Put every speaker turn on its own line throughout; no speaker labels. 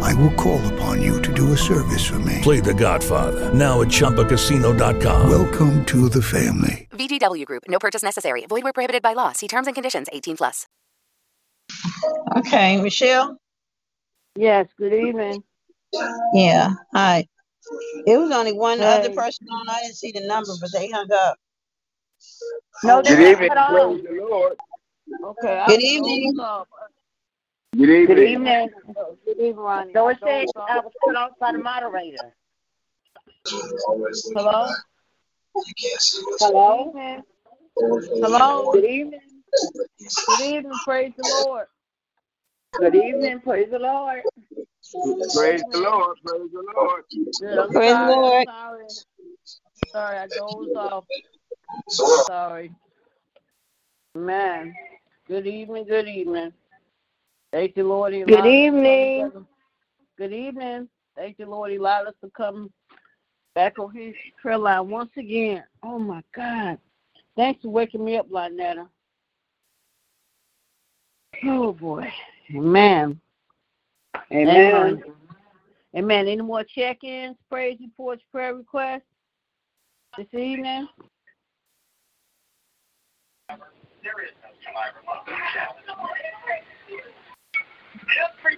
I will call upon you to do a service for me.
Play The Godfather now at ChumbaCasino.com.
Welcome to the family.
VGW Group. No purchase necessary. Void where prohibited by law. See terms and conditions. 18 plus.
Okay, Michelle?
Yes, good evening.
Yeah, hi. It was only one
Hey.
other person on. I didn't see the number, but they hung up.
No,
Good
they
evening.
cut off.
Praise the Lord.
Okay. I
Good
was
evening.
cut off.
Good evening.
Good evening. Good evening, Ronnie. No, it
said
I was cut off by the moderator. Hello? Hello?
Hello?
Good evening. Good evening. Praise the Lord. Good evening. Praise the Lord.
Praise the Lord. Praise the Lord.
Good. I'm
Praise the Lord.
sorry. I'm Sorry. Sorry, I dozed off. I'm sorry. Man. Good evening. Good evening. Thank you, Lord. He allowed us to come
evening.
together. Good evening. Thank you, Lord. He allowed us to come back on his prayer line once again. Oh, my God. Thanks for waking me up, Lonetta. Oh, boy. Amen. Amen. Amen. Any more check ins, praise reports, prayer requests this evening?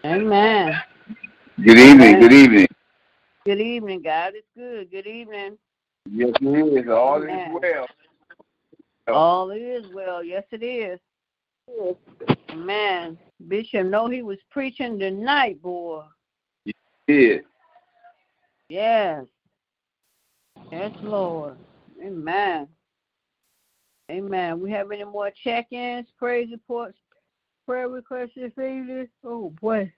Amen.
Good evening. Good evening.
Good evening, God. It's good. Good evening.
Yes, it is. All is
Amen.
well.
All is well. Yes, it is. Man, Bishop, know he was preaching tonight, boy.
It is.
Yes. Yes, Lord. Amen. Amen. We have any more check ins, praise reports, prayer requests this evening? Oh, boy.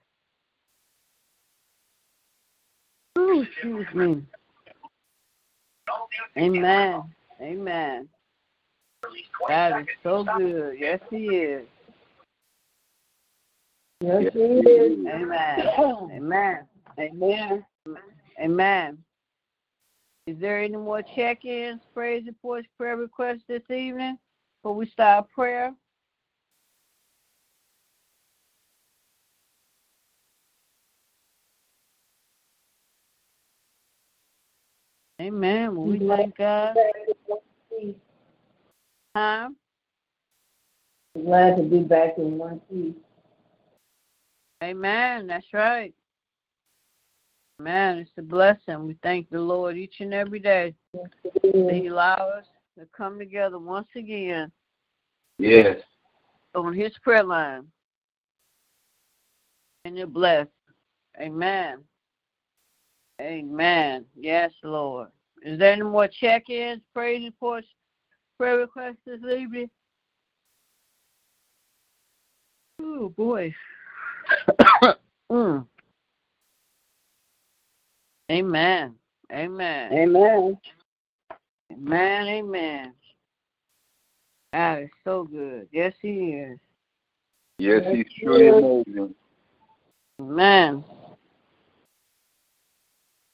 Ooh, excuse me. Amen. Amen. God is so good. Yes, He is.
Yes, it is.
Amen. Amen. Amen. Amen. Is there any more check ins, praise reports, prayer requests this evening before we start prayer? Amen. Well, we thank God. Huh?
Glad to be back in one piece.
Amen. That's right. Man, it's a blessing. We thank the Lord each and every day that He allows us to come together once again
Yes.
on His prayer line. And you're blessed. Amen. Amen. Yes, Lord. Is there any more check ins, praise reports, prayer requests this evening? Oh, boy. Mm. Amen. Amen.
Amen.
Amen, amen. God is so good. Yes, He is.
Yes, he's truly amazing.
Amen.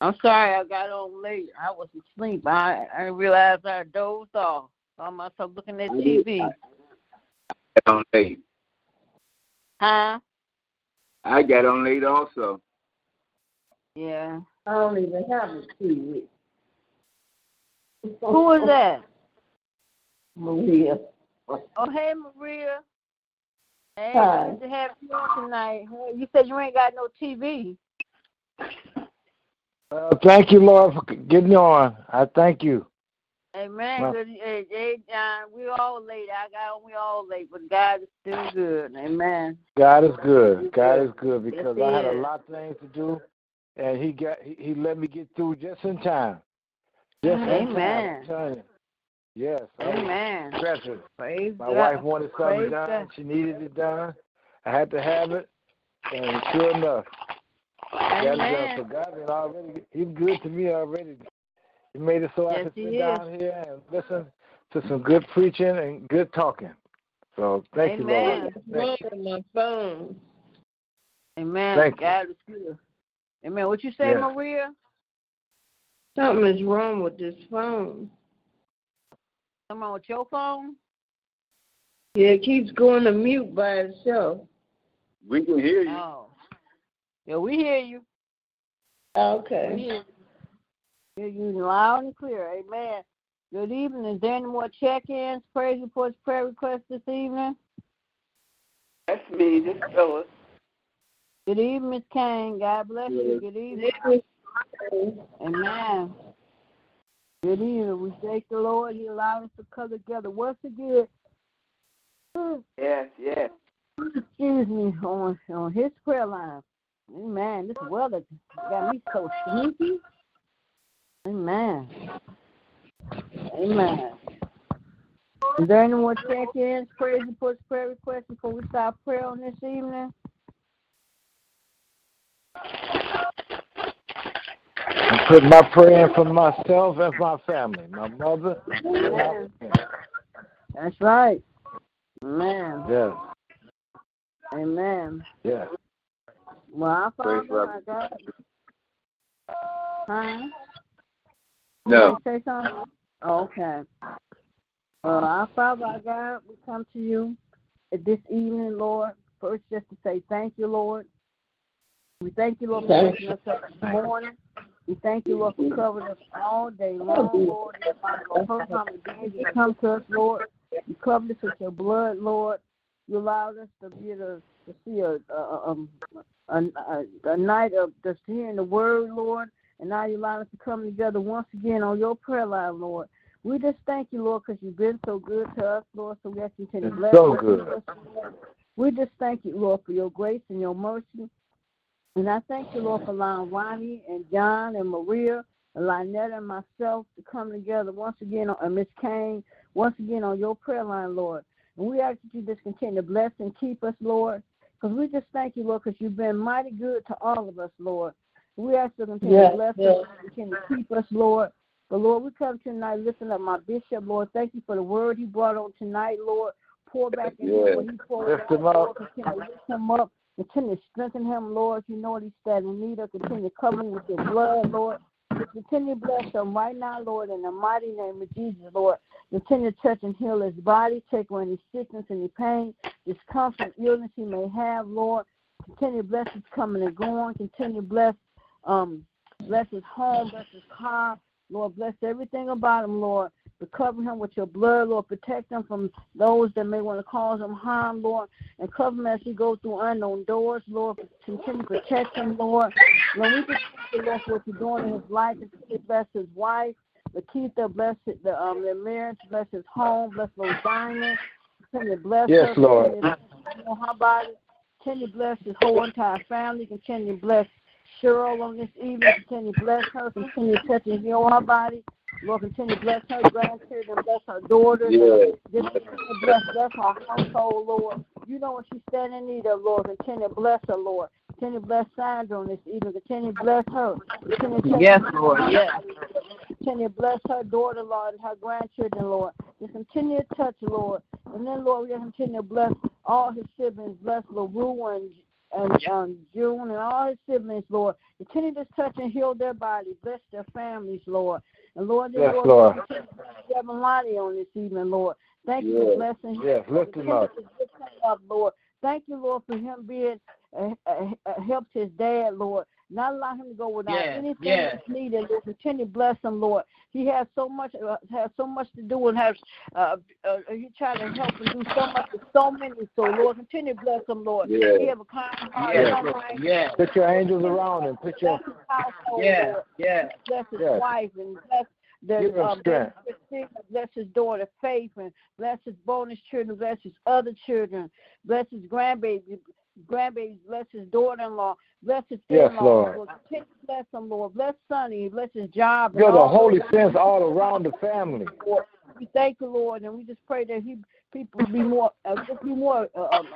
I'm sorry I got on late. I was asleep. I, I didn't realize I dozed off. Saw myself looking at TV.
I got on late.
Huh?
I got on late also.
Yeah.
I don't even have a TV.
Who was that?
Maria.
Oh, hey, Maria. Hey,
Hi.
good to have you on tonight. Hey, You said you ain't got no TV.
Uh, thank you, Lord, for getting on. I thank you.
Amen.
Well-
Good. Hey, hey, John, we all late. I got we all late, but God is still good. Amen.
God is good. God is good because
Yes,
I had
he
a
is.
lot of things to do, and He got He, he let me get through just in time. Just in time.
Ah, Amen.
I'm telling you. Yes. I was
Amen.
stressing.
Praise
My
God.
wife wanted something
Praise
done.
God.
She needed it done. I had to have it, and sure enough, I got it done. So
Amen.
God is already He's good to me already. He made it so I
Yes,
could
he
sit
is.
down here and listen to some good preaching and good talking. So
Amen.
thank you, Lord.
Look at my phone.
Amen.
Thank you.
God is good. Amen. What you say,
Yeah.
Maria?
Something is wrong with this phone.
Come on, with your phone.
Yeah, it keeps going to mute by itself.
We can hear you.
Oh. Yeah, we hear you. We
Okay.
hear you. You're using loud and clear. Amen. Good evening. Is there any more check-ins, praise reports, prayer requests this evening?
That's me. This Phyllis.
Good evening, Miss Kane. God bless you. Good evening. Amen. Good evening. We thank the Lord. He allowed us to come together once again.
Yes, yes.
Excuse me, on, on his prayer line. Amen. This weather got me so sneaky. Amen. Amen. Is there any more check ins, prayers, reports, prayer requests before we start prayer on this evening?
I put my prayer in for myself and my family, my mother. and my family.
That's right. Amen.
Yes,
Amen.
yes.
Well, I
Praise
found out I got Huh?
No.
Say something? Okay. Well, our Father, our God, we come to you at this evening, Lord. First, just to say thank you, Lord. We thank you, Lord, for
Thank
waking us up this morning. We thank you, Lord, for covering us all day long, Lord. You find no hurt, harm, or danger to come to us, Lord. You covered us with your blood, Lord. You allowed us to be able to see a, a, um, a, a, a night of just hearing the word, Lord. And now you allowed us to come together once again on your prayer line, Lord. We just thank you, Lord, because you've been so good to us, Lord, so we ask you to
It's
bless
so
us,
good.
bless us, Lord. We just thank you, Lord, for your grace and your mercy. And I thank you, Lord, for allowing Ronnie and John and Maria and Lynette and myself to come together once again, on- and Miss Kane, once again on your prayer line, Lord. And we ask that you just continue to bless and keep us, Lord, because we just thank you, Lord, because you've been mighty good to all of us, Lord. We ask you to continue
Yes,
to bless
yes.
us, continue to keep us, Lord. But Lord, we come tonight, listen up, my bishop, Lord. Thank you for the word he brought on tonight, Lord. Pour back in him
Yes.
what he poured
Lift
out,
him up.
Lord. Continue to lift him up. Continue to strengthen him, Lord. You know what he stands in need of. Continue to cover him with your blood, Lord. Continue to bless him right now, Lord, in the mighty name of Jesus, Lord. Continue to touch and heal his body, take away any sickness, any pain, discomfort, illness he may have, Lord. Continue to bless his coming and going. Continue to bless um bless his home, bless his car, Lord, bless everything about him, Lord. But cover him with your blood, Lord. Protect him from those that may want to cause him harm, Lord. And cover him as he goes through unknown doors, Lord. Continue to protect him, Lord. Lord, we just thank you, Lord, for what you're doing in his life. And continue to bless his wife, Lakeitha, bless his, the, um, their marriage, bless his home, bless those diamonds. Continue to bless
Yes,
her,
Lord.
continue to bless her body. Continue to bless his whole entire family. Continue to bless Cheryl on this evening. Continue to bless her. Continue to touch and heal her body. Lord, continue to bless her grandchildren, bless her daughters.
Yes.
Just continue to bless, bless her household, Lord. You know what she's standing in need of, Lord. Continue to bless her, Lord. Continue to bless Sandra on this evening. Continue to bless her. Continue to touch
Yes,
her
Lord,
body.
yes.
Continue to bless her daughter, Lord, and her grandchildren, Lord. Just continue to touch, Lord. And then, Lord, we just continue to bless all his siblings. Bless LaRue and, and um, June and all his siblings, Lord. Continue to touch and heal their bodies. Bless their families, Lord. And Lord, then,
Yes,
Lord,
Lord.
continue to bless Reverend Lonnie on this evening, Lord. Thank you for
Yes.
blessing him.
Yes, lift him
Continue
up.
to lift him up, Lord. Thank you, Lord, for him being uh, uh, uh, helped his dad, Lord. Not allow him to go without
Yes,
anything
yes.
that's needed. Lord, continue to bless him, Lord. He has so much, uh, has so much to do, and has uh, uh, he trying to help and do so much with so many. So, Lord, continue to bless him, Lord.
Yes.
He have a kind heart,
Yes,
a kind
yes,
Put your angels around him. Put your
bless his household,
yes,
Lord
yes.
bless his
Yes.
wife and bless
Give
the
him
um, bless,
strength.
Christina, bless his daughter Faith and bless his bonus children, bless his other children, bless his grandbaby, grandbabies, bless his daughter-in-law, bless his
Yes,
in-laws,
Lord.
Continue to bless him, Lord. Bless Sonny, bless his job. and
You're the
all those
Holy Sense all around the family.
Lord. We thank the Lord, and we just pray that He people be more, uh, just be more uh, um,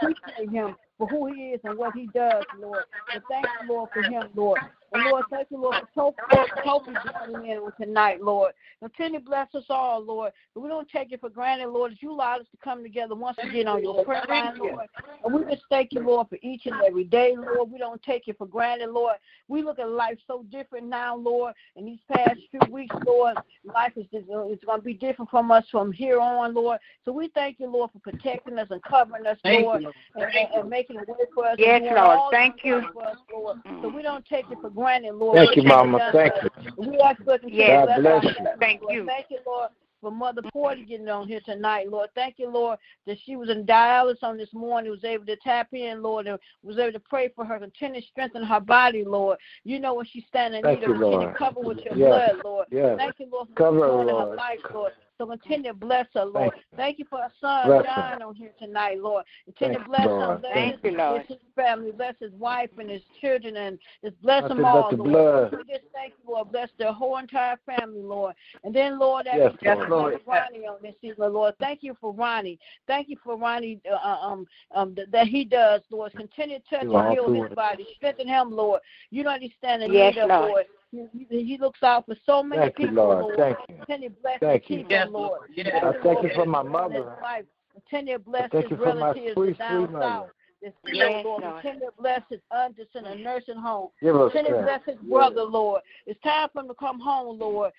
appreciate Him for who He is and what He does, Lord. And thank the Lord for Him, Lord. And Lord, thank you, Lord, for Toph- Toph joining in on tonight, Lord. Continue to bless us all, Lord. And we don't take it for granted, Lord, that you allowed us to come together once again on your prayer line, Lord. And we just thank you, Lord, for each and every day, Lord. We don't take it for granted, Lord. We look at life so different now, Lord. In these past few weeks, Lord, life is just, uh, it's going to be different from us from here on, Lord. So we thank you, Lord, for protecting us and covering us, Lord, and, and, and making a way for us.
Yes,
and doing
Lord.
all
Thank
things
you. Mm.
For us, Lord. So we don't take it for granted, Lord.
Thank
What
you, Mama.
done
Thank
for us.
you.
We ask for
Yes. God bless you.
Thank
Lord.
you.
Thank you, Lord, for Mother Porter getting on here tonight, Lord. Thank you, Lord, that she was in dialysis on this morning, was able to tap in, Lord, and was able to pray for her continued strength in her body, Lord. You know when she's standing in
Thank
need of
you,
continue
Lord.
cover with your
Yes.
blood, Lord.
Yes.
Thank you, Lord, for
Cover
what
her,
you're doing in her
Lord.
life, Lord. So continue to bless her, Lord.
Thank you.
Thank you for our son,
Bless her.
John, on here tonight, Lord. Continue
Thank
to
you,
bless him.
Lord.
Bless
Thank
his,
you, Lord.
his family. Bless his wife and his children. And just bless
Nothing
them
but
all,
the
Lord.
blood.
We just thank you, Lord. Bless their whole entire family, Lord. And then, Lord, that
Yes,
we
Lord.
Lord. Ronnie on this evening, Lord. Thank you for Ronnie. Thank you for Ronnie uh, um, um, th- that he does, Lord. Continue to touch
You are
and heal
doing
his
it.
body. Strengthen him, Lord. You don't understand the
Yes,
need of,
Lord.
Lord. He, he- he looks out for so many
Thank you,
people,
Lord. Thank you.
Continue to bless
Thank
and
you.
keep
Yes,
him, Lord.
Lord. Yes.
I thank you for my mother.
Continue to bless
thank
his
you for my
relatives
sweet,
down
sweet mother.
south. This
Yes,
Lord,
Lord.
continue to bless his aunts in a nursing home.
Give us
Continue to
strength.
bless his brother, Lord. It's time for him to come home, Lord.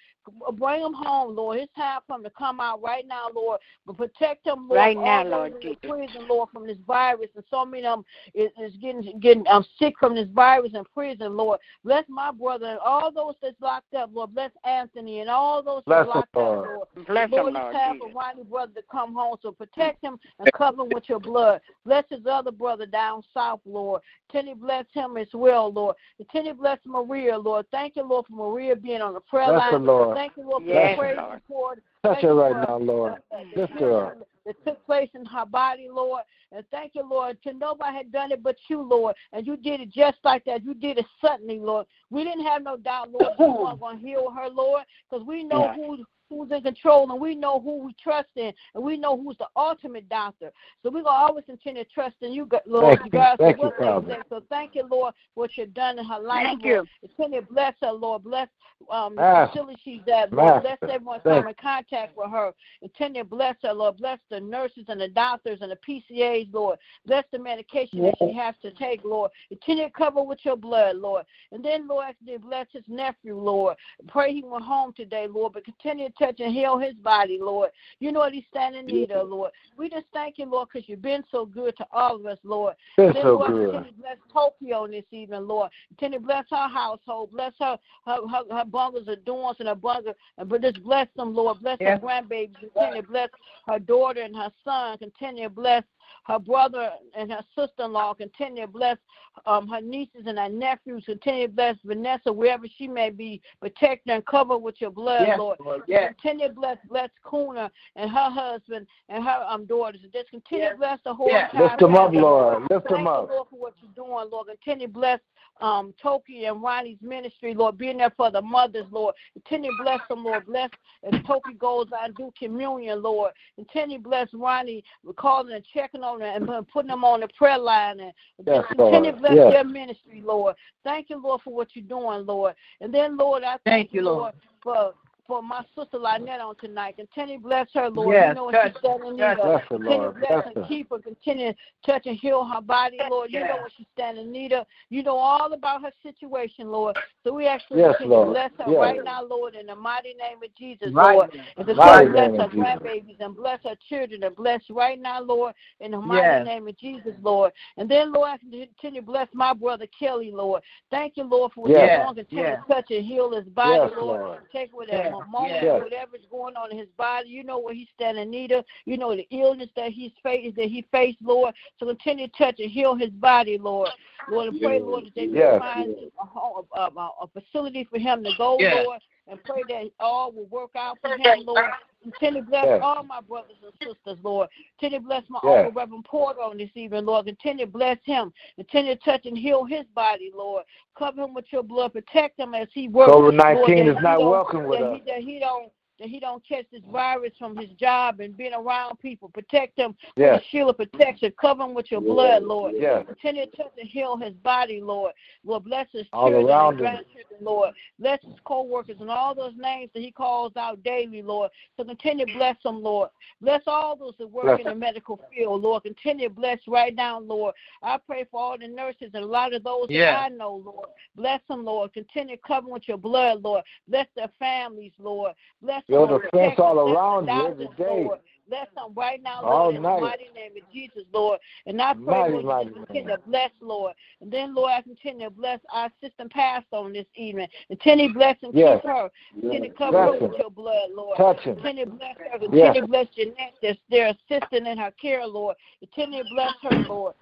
Bring him home, Lord. It's time for him to come out right now, Lord. But protect him, Lord.
Right now,
all those
Lord
in the
Jesus.
Prison, Lord, from this virus, and so many of them is, is getting getting um sick from this virus in prison, Lord. Bless my brother and all those that's locked up, Lord. Bless Anthony and all those
Bless
that's
him,
locked up,
Lord.
Lord.
Bless
Lord,
him,
it's
Lord
time for
Jesus.
Ronnie brother to come home, so protect him and cover him with your blood. Bless his other brother down south, Lord. Continue to bless him as well, Lord. Continue to bless Maria, Lord. Thank you, Lord, for Maria being on the prayer
Bless
line.
her, Lord.
Thank you, Lord, for
Yes,
the praise
Lord.
report.
Touch her right now, Lord. Lift her up.
That took place in her body, Lord. And thank you, Lord. To nobody had done it but you, Lord. And you did it just like that. You did it suddenly, Lord. We didn't have no doubt, Lord, that you were going to heal her, Lord, because we know
Yeah.
who who's in control and we know who we trust in and we know who's the ultimate doctor. So we're gonna always continue to trust in you, God- Lord,
Thank you.
regardless
Thank
of
you,
what they
Father.
say. So thank you, Lord, for what you've done in her life.
Thank
Lord. Continue to bless her, Lord. Bless um the
Master.
facility she's at, Lord.
Master.
Bless everyone
Thank
come in contact with her. Continue to bless her, Lord. Bless the nurses and the doctors and the PCAs, Lord. Bless the medication that she has to take, Lord. Continue to cover with your blood, Lord. And then, Lord, after they bless his nephew, Lord. Pray he went home today, Lord, but continue to touch and heal his body, Lord. You know what he's standing in need of, Lord. We just thank you, Lord, because you've been so good to all of us, Lord.
Been
Then,
so
Lord,
good.
Continue to bless Tokyo this evening, Lord. Continue to bless her household. Bless her, her, her, her bungles, her doings, and her bungles. And but just bless them, Lord. Bless her grandbabies. Continue to bless her daughter and her son. Continue to bless her brother and her sister-in-law. Continue to bless um, her nieces and her nephews. Continue to bless Vanessa wherever she may be. Protect her and cover with your blood, Lord. Continue to bless bless Kuna and her husband and her um daughters. Just continue to bless the whole entire
Lift them up,
family.
Lord. Lift
Thank
them
you,
up.
Lord, for what you're doing, Lord. Continue to bless um, Toki and Ronnie's ministry, Lord, being there for the mothers, Lord. Continue to bless them, Lord. Bless as Toki goes out and do communion, Lord. Continue to bless Ronnie, with calling and checking on them and putting them on the prayer line. And
Yes,
continue to
Lord.
bless
Yes.
their ministry, Lord. Thank you, Lord, for what you're doing, Lord. And then, Lord, I thank, you, Lord, for. For my sister Lynette on tonight, continue to bless her, Lord.
Yes,
you know what
touch-
she's standing in need of.
touch-
Bless her,
Continue
Lord.
to bless
Bless
her,
her.
keep her, continue to touch and heal her body, Lord. You know
Yeah.
what she's standing need of. You know all about her situation, Lord. So we ask you
Yes,
to continue to
Lord.
bless her
Yes.
right now, Lord, in the mighty name of Jesus,
Mighty
Lord.
name.
And continue
Mighty
to bless
name
her
of Jesus.
grandbabies and bless her children and bless right now, Lord, in the mighty
Yes.
name of Jesus, Lord. And then, Lord, I continue to bless my brother Kelly, Lord. Thank you, Lord, for what
Yes.
you're doing. Continue
Yes.
to touch and heal his body,
Yes,
Lord.
Lord.
Take whatever
Yes.
pneumonia,
Yes.
whatever's going on in his body. You know what he's standing need of. You know the illness that he's faced that he faced, Lord. So continue to touch and heal his body, Lord. Lord, and pray, Lord, that they
Yes.
will find a, home, a, a, a facility for him to go,
Yes.
Lord, and pray that all will work out for him, Lord. Continue to bless
Yes.
all my brothers and sisters, Lord. Continue to bless my
Yes.
uncle, Reverend Porter, on this evening, Lord. Continue to bless him. Continue to touch and heal his body, Lord. Cover him with your blood. Protect him as he works.
COVID 19
Lord,
is
that he
not
don't-
welcome with
that
us.
He, that he don't that he don't catch this virus from his job and being around people. Protect him
Yes.
shield of protection. Cover him with your blood, Lord.
Yes.
Continue to touch and heal his body, Lord. Lord, bless his
All
children
around him.
and grandchildren, Lord. Bless his co-workers and all those names that he calls out daily, Lord. So continue to bless them, Lord. Bless all those that work
Bless
in the medical field, Lord. Continue to bless right now, Lord. I pray for all the nurses and a lot of those
Yeah.
that I know, Lord. Bless them, Lord. Continue to cover them with your blood, Lord. Bless their families, Lord. Bless them,
Build a
Lord.
fence
Protect them.
all
Bless their
around you every
thousands,
day.
Lord. Bless them right now, Lord,
All
in
night.
the mighty name of Jesus, Lord. And I pray,
Mighty,
Lord,
mighty
you
name.
just continue to bless, Lord. And then, Lord, I continue to bless our system pastor on this evening. And Tenny bless and
Yes.
keep her. Continue to cover
Bless
her
her.
with your blood, Lord.
Touch him.
Continue to bless her. Continue
Yes.
to bless Jeanette, that's their assistant in her care, Lord. Continue to bless her, Lord.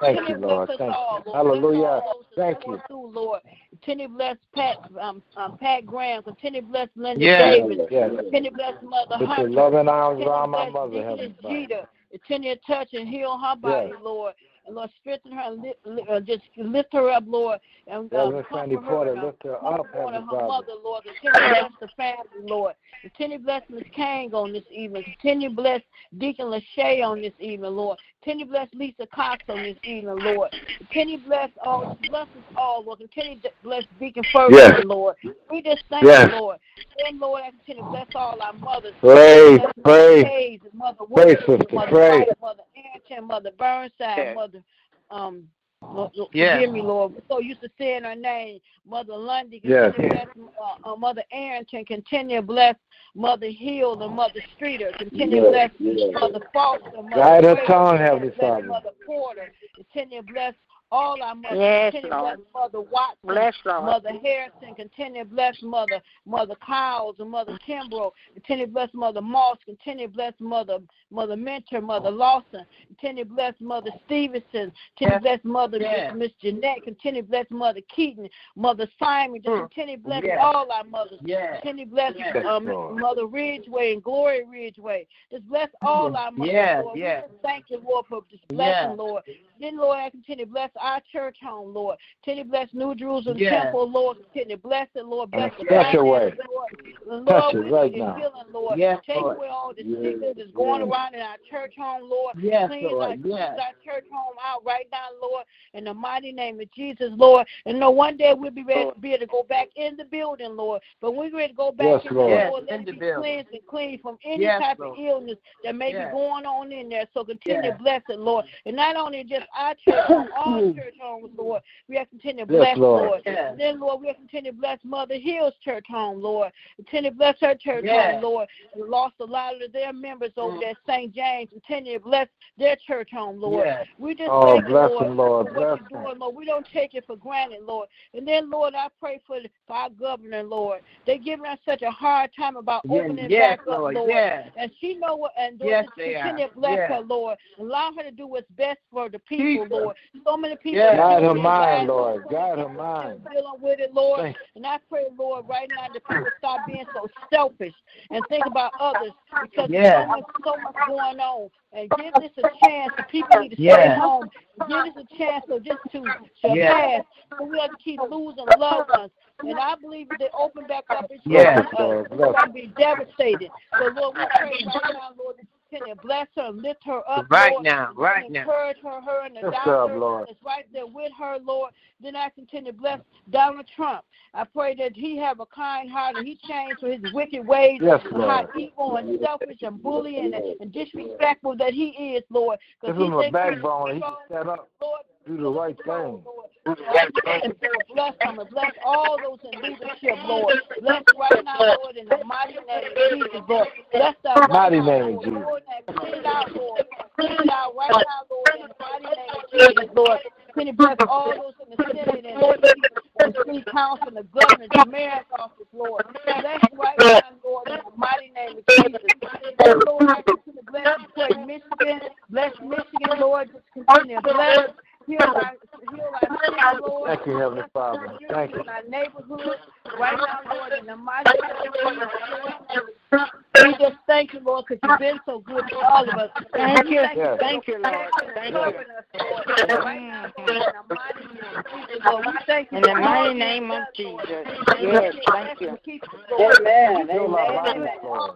Thank
Continue
you,
to bless
Lord.
us
Thank
all,
you.
Lord. Bless
Hallelujah.
all those that's
Thank
going
you.
Through, Lord. Continue to bless Pat, um, um, Pat Graham. Continue to bless Linda
Yes.
Davis.
Yes.
Continue to bless Mother
With
Hunter.
your loving arms
Continue
around my
to bless
mother,
Deaconess
Heavenly Father.
Jeter. Continue to touch and heal her body,
Yes.
Lord. And Lord, strengthen her, and li- li- uh, just lift her up, Lord, and uh,
Reverend
comfort
Sandy
her,
Porter,
and, uh,
lift her up,
comfort her,
Heavenly
and her
Father.
mother, Lord. Continue to bless the family, Lord. Continue to bless Miss Kang on this evening. Continue to bless Deacon Lachey on this evening, Lord. Continue to bless Lisa Cox on this evening, Lord. Continue to bless all, bless us all, Lord. Continue to bless Deacon Ferguson,
Yes.
Lord. We just thank
Yes.
you, Lord. And Lord, I continue to bless all our mothers.
Praise,
Bless
praise.
Mother Hayes, and Mother
Praise,
Williams,
sister,
Mother
praise.
White, Mother Anton, Mother Burnside,
Yes.
Mother um Lord, Lord,
Yes.
forgive me, Lord. So used to saying her name, Mother Lundy.
Yes.
Continue to Bless, uh, uh, Mother Arrington, continue to bless Mother Hill and Mother Streeter. Continue to bless
Yes, yes.
Mother Foster. Mother
Guide her
Frazier,
tongue,
continue to
Heavenly
bless
Father.
Mother Porter. Continue to bless all our mothers.
Yes,
continue
Lord.
to bless Mother Watson.
Bless Lord.
Mother Harrison, continue to bless Mother Mother Kyles and Mother Kimbrough. Continue to bless Mother Moss. Continue to bless Mother Mother Mentor, Mother Lawson. Continue to bless Mother Stevenson. Continue to bless Mother
Yeah.
Miss Jeanette. Continue to bless Mother Keaton, Mother Simon. Just
Mm.
continue to bless
Yeah.
all our mothers.
Yeah.
Continue to bless
Yes,
um,
Lord.
Mother Ridgeway and Glory Ridgeway. Just bless all our mothers,
Yeah,
Lord.
yeah.
We just thank you, Lord, for just blessing,
Yeah.
Lord. Then, Lord, I continue to bless our church home, Lord. Continue to bless New Jerusalem
Yeah.
Temple, Lord. Continue to bless it, Lord.
In a
Bless the
special
finances,
way.
Lord.
Touch
Lord,
it
we
right
need
now.
healing, Lord.
Yes,
Take
Lord.
away all the
Yes,
sickness that's going
yes.
around in our church home, Lord.
Yes,
Clean
Lord.
our,
Yes.
our church home out right now, Lord, in the mighty name of Jesus, Lord. And no, one day we'll be ready be able to go back in the building, Lord. But when we're ready to go back
Yes,
in
Lord.
the
Yes,
Lord, let
in
it
the
be
building.
cleansed and clean from any
Yes,
type
Lord.
of illness that may
Yes.
be going on in there. So continue
Yes.
to bless it, Lord. And not only just our church, but all church homes, Lord. We have to continue to
Yes,
bless,
Lord.
Lord.
Yes.
And then, Lord, we have to continue to bless Mother Hill's church home, Lord. Continue to bless her church
Yes.
home, Lord. We lost a lot of their members over
Mm.
there at St. James. Continue to bless their church home, Lord.
Yes.
We just
Oh,
thank you,
bless
Lord,
him, Lord.
for
Bless
what
him.
you're doing, Lord. We don't take it for granted, Lord. And then, Lord, I pray for, for our governor, Lord. They're giving us such a hard time about opening
Yes, yes,
back up,
Lord.
Lord
Yes.
and she know what and
Yes, they
continue
are.
to bless
Yes.
her, Lord. Allow her to do what's best for the people,
Jesus.
Lord. So many people
Yes.
Guide her
are
mind,
dying,
Lord.
so many
Guide her
people are
mind.
Dealing with it, Lord.
Thank
And I pray, Lord, right now that people stop being so selfish and think about others because
Yes.
there's so much, so much going on. And give this a chance. The people need to stay
Yes.
home. Give this a chance so just to, to
Yes.
pass. So we have to keep losing loved ones. And I believe if they open back up, it's
Yes.
uh,
Lord, bless
to be devastated. So Lord, we pray right now, Lord, that you continue to bless her and lift her up,
Right
Lord.
now, right now.
Encourage her, her and the
Lift her up,
doctor
Lord.
that's right there with her, Lord. Then I continue to bless Donald Trump. I pray that he have a kind heart and he changed from his wicked ways
Yes,
and
Lord.
how evil and selfish and bullying and, and disrespectful that he is, Lord.
Give
Because he
him a
thinks he's
backbone. He can
strong,
set up,
Lord,
do the right thing.
and bless them and bless all those in leadership, Lord. Bless right now, Lord, in the mighty name of Jesus, Lord. Bless our
Mighty name of Jesus.
Lord, and clean it out, Lord. Clean it out right now, Lord, in the mighty name of Jesus, Lord. Continue to bless all those in the Senate and the and the city council and the governor, the mayor's office, Lord. Bless right now, Lord, in the mighty name of Jesus. And Lord, I continue to bless Detroit, Michigan. Bless Michigan, Lord. Just continue to bless. Heal our, heal our city, Lord.
Thank you, Heavenly Father. Thank you.
In our neighborhood, right now, Lord, in the mighty name of Jesus. We just thank you, Lord, because you've been so good to all of us.
Thank you.
Yes.
Thank you, Lord. Thank you.
We thank you.
In the mighty name of Jesus. Yes, thank you.
Amen.
Fill my
Amen.
body, Lord.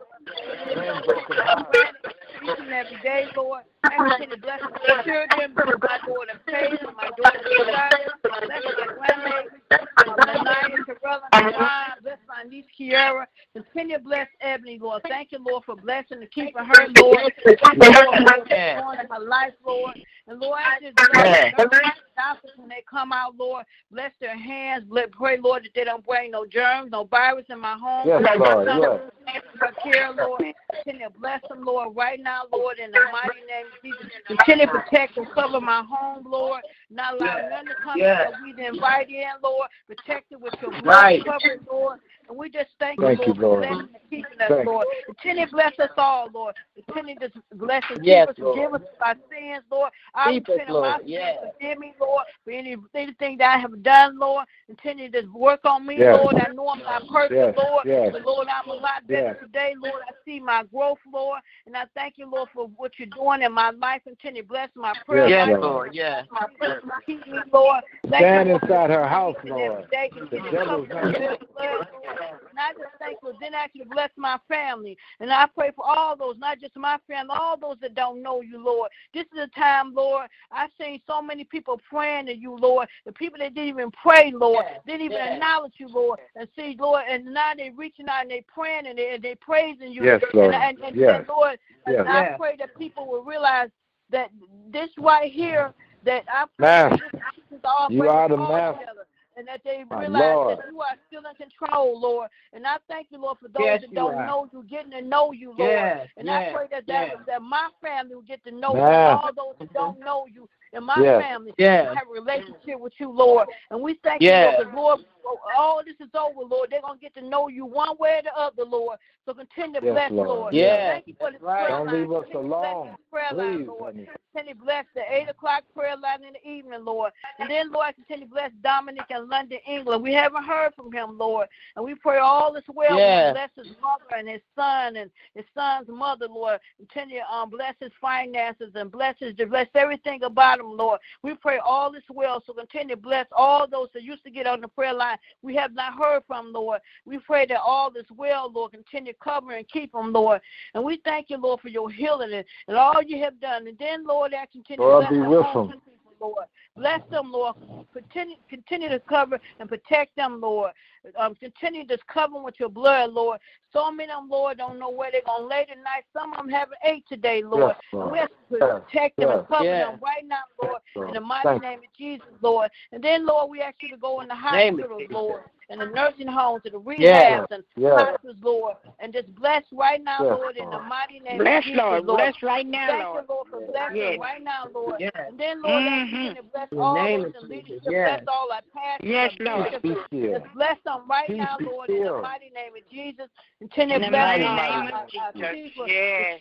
Cleanse us of sin.
Each and every day, Lord. Thank you for the blessing of my children, my Lord and faith, my daughter Desire, bless my grandmother, my Melania Terrell, and Ryan, bless my niece Kiara. Continue to bless Ebony, Lord. Thank you, Lord, for blessing and keeping her, Lord. Thank you, Lord, for
Yeah.
going in her life, Lord. And Lord, I just bless her doctors when they come out, Lord. Bless their hands. Let pray, Lord, that they don't bring no germs, no virus in my home.
Yes,
Bless my
Lord,
son,
yes.
Thank you for care, Lord. Continue to bless them, Lord, right now, Lord, in the mighty name of Jesus. Continue to protect and cover my home, Lord. Not allow none to come
Yes.
in, but we to invite in, Lord. Protect it with your blood,
Right.
cover it, Lord. And we just thank,
Thank
you,
you,
Lord,
Lord.
for blessing and keeping us,
Thank you.
Lord. Continue to bless us all, Lord. Continue to bless us,
Yes,
keep us, forgive
Lord.
us of our sins, Lord. I
Keep us,
repent of my
Lord.
sins.
Yes.
Forgive me, Lord, for any- anything that I have done, Lord. Continue to work on me,
Yes.
Lord. I know I'm not perfect,
Yes,
Lord.
yes.
But Lord, I'm a lot better
Yes.
today, Lord. I see my growth, Lord. And I thank you, Lord, for what you're doing in my life. Continue to bless my prayer.
Yes,
life.
Lord.
Yes.
My prayer. Keep me, Lord. Thank
Stand
you, Lord,
inside her house,
each and every
Lord.
day. Continue
The
to
devil's
cover me
not-
with your blood, Lord. And I just thank you. Then ask you to bless my family. And I pray for all those, not just my family, all those that don't know you, Lord. This is a time, Lord, I've seen so many people praying to you, Lord. The people that didn't even pray, Lord,
Yes,
didn't even
yes.
acknowledge you, Lord. And see, Lord, and now they're reaching out and they're praying and they're they praising you.
Yes, Lord.
And, and, and,
Yes.
Lord,
Yes.
and I pray that people will realize that this right here, that I
Master.
this is all
You
praise
are the
all
master.
together, And that they
My
realize
Lord.
that you are still in control, Lord. And I thank you, Lord, for those
Yes,
that
you
don't
are.
know you, getting to know you, Lord.
Yes.
And I pray that, that,
yes.
that my family will get to know you,
Yeah.
and all those that don't know you, and my
Yeah.
family
Yeah.
will have a relationship with you, Lord. And we thank
Yeah.
you, Lord, 'cause, Lord, oh, all this is over, Lord. They're going to get to know you one way or the other, Lord. So continue to
Yes,
bless,
Lord.
Lord.
Yes.
Thank you for this
Right.
prayer
Don't
line.
leave us
Continue to
alone.
bless this prayer line,
Please,
Lord.
honey.
Continue to bless the 8 o'clock prayer line in the evening, Lord. And then, Lord, continue to bless Dominic in London, England. We haven't heard from him, Lord. And we pray all is well.
Yes.
Bless his mother and his son and his son's mother, Lord. Continue to um, bless his finances and bless his, bless everything about him, Lord. We pray all is well. So continue to bless all those that used to get on the prayer line we have not heard from, Lord. We pray that all is well, Lord. Continue to cover and keep them, Lord. And we thank you, Lord, for your healing and, and all you have done. And then, Lord, that continue
Lord,
to
be
bless our
with
own
them.
people, Lord. Bless them, Lord. Continue, continue to cover and protect them, Lord. Um, continue to cover them with your blood, Lord. So many of them, Lord, don't know where they're going to lay tonight. Some of them haven't ate today, Lord.
Yes,
And
Lord.
we have to protect them and
Yes.
cover
Yes.
them right now, Lord. In the mighty
Thank you.
name of Jesus, Lord. And then, Lord, we ask you to go in the
Name it,
hospitals,
Jesus.
Lord, and the nursing homes, and the
Yeah.
rehabs, and
Yes.
hospitals, Lord, and just bless right now,
Yes,
Lord, in the
Lord.
mighty name of
Bless,
Jesus,
Lord. Bless right
Thank
now, Lord.
you, Lord, for blessing
Yes.
right now, Lord.
Yes.
And then, Lord, that you
Mhm.
continue to bless
In the
all
name
those
of
in
Jesus.
leadership,
Yes.
bless all our pastors,
Yes,
our
Lord.
bishops,
Be
and
still.
just bless them right
Peace
now,
be
Lord, in the
still.
mighty name of Jesus. Continue
In
to
the
bless
mighty
our-
name of
our- our
Jesus.
people,
Yes.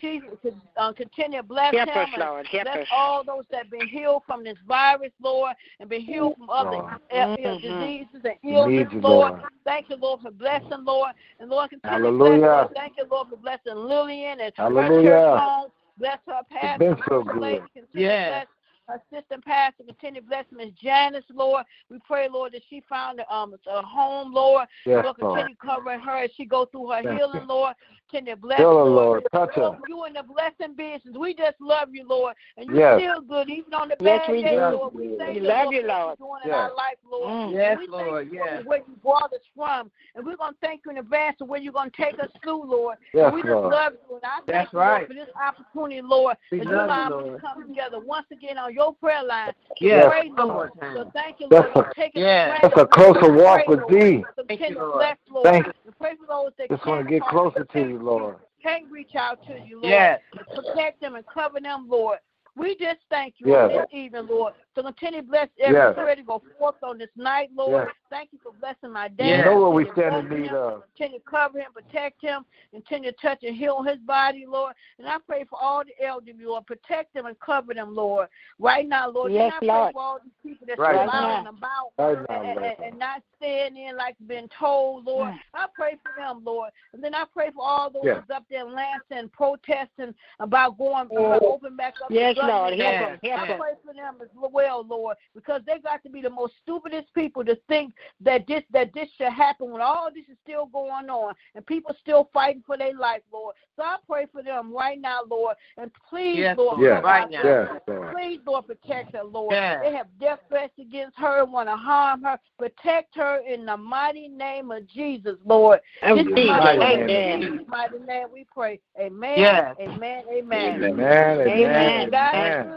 the chief, uh, Continue to bless
Help
him
us,
and
Lord. Help
bless
us.
all those that have been healed from this virus, Lord, and been healed from other
Lord.
ill- ill
Mhm.
diseases and
We need
illness,
you,
Lord.
Lord.
Thank you, Lord, for blessing, Lord. And Lord, continue to bless
Hallelujah.
Lord. Thank you, Lord, for blessing Lillian and her
Hallelujah.
church home. Bless her
It's
pastor.
been so
Bless
good.
Lady. Continue to
Yeah.
bless her assistant pastor. Continue to bless Miss Janice, Lord. We pray, Lord, that she found um, a home, Lord.
Yes,
Lord,
Lord.
continue covering her as she go through her
Thank
healing,
you.
Lord. Continue to bless
Heal her,
Lord.
Lord. Touch her.
Lord, you in the blessing business. We just love you, Lord. And you're
Yes.
still good, even on the
Yes,
bad
we
days,
do.
Lord. We thank
We
you,
love
Lord,
you,
for what
Lord.
you're doing in
Yes.
our life, Lord.
Mm.
And
Yes,
we thank
Lord,
you, Lord,
yes.
for where you brought us from. And we're going to thank you in advance for where you're going to take us to, Lord.
Yes,
and we just
Lord.
love you. And I thank
That's
you, Lord,
right.
for this opportunity, Lord,
We
that you
love you,
allow me to
Lord.
come together once again on your prayer line.
Yes.
Praise
One
Lord.
more
So
time.
thank you,
Yes,
Lord,
sir.
for taking
Yes.
us
That's a closer walk with thee.
Thank you,
Lord.
Bless, Lord.
Thank you.
And pray for those that
Just want
can't
to get
talk,
closer to
can't
you,
see,
Lord.
Can't reach out to you, Lord
Yes.
protect them and cover them, Lord. We just thank you
Yes.
this evening, Lord. to continue to bless every
Yes.
prayer to go forth on this night, Lord.
Yes.
Thank you for blessing my dad.
You know what we
Continue
stand in
blessing
need
him.
of.
Continue to cover him, protect him, continue to touch and heal his body, Lord. And I pray for all the elderly, Lord. Protect them and cover them, Lord. Right now, Lord.
Yes,
and I pray
Lord.
for all these people that's
Right
allowing
now.
them out
Right now,
and,
Lord.
and, and not staying in like been told,
Mm.
Lord. I pray for them, Lord. And then I pray for all those
Yeah.
up there in Lansing protesting about going about open back up. the
Oh. Yes,
government.
Lord. Help
I-
'em. Help
I
'em.
pray for them as well, Lord, because they got to be the most stupidest people to think that this that this should happen when all this is still going on and people still fighting for their life, Lord. So I pray for them right now, Lord, and please,
Yes,
Lord,
Lord.
cover
Right
our
now.
children.
Yes, Lord.
Please, Lord, protect her, Lord.
Yes.
They have death threats against her and want to harm her. Protect her in the mighty name of Jesus, Lord. This
Jesus.
mighty
Amen.
name, in this mighty name we pray. Amen.
Yes.
Amen. Amen.
Amen. Amen.
Amen.
God is
Amen.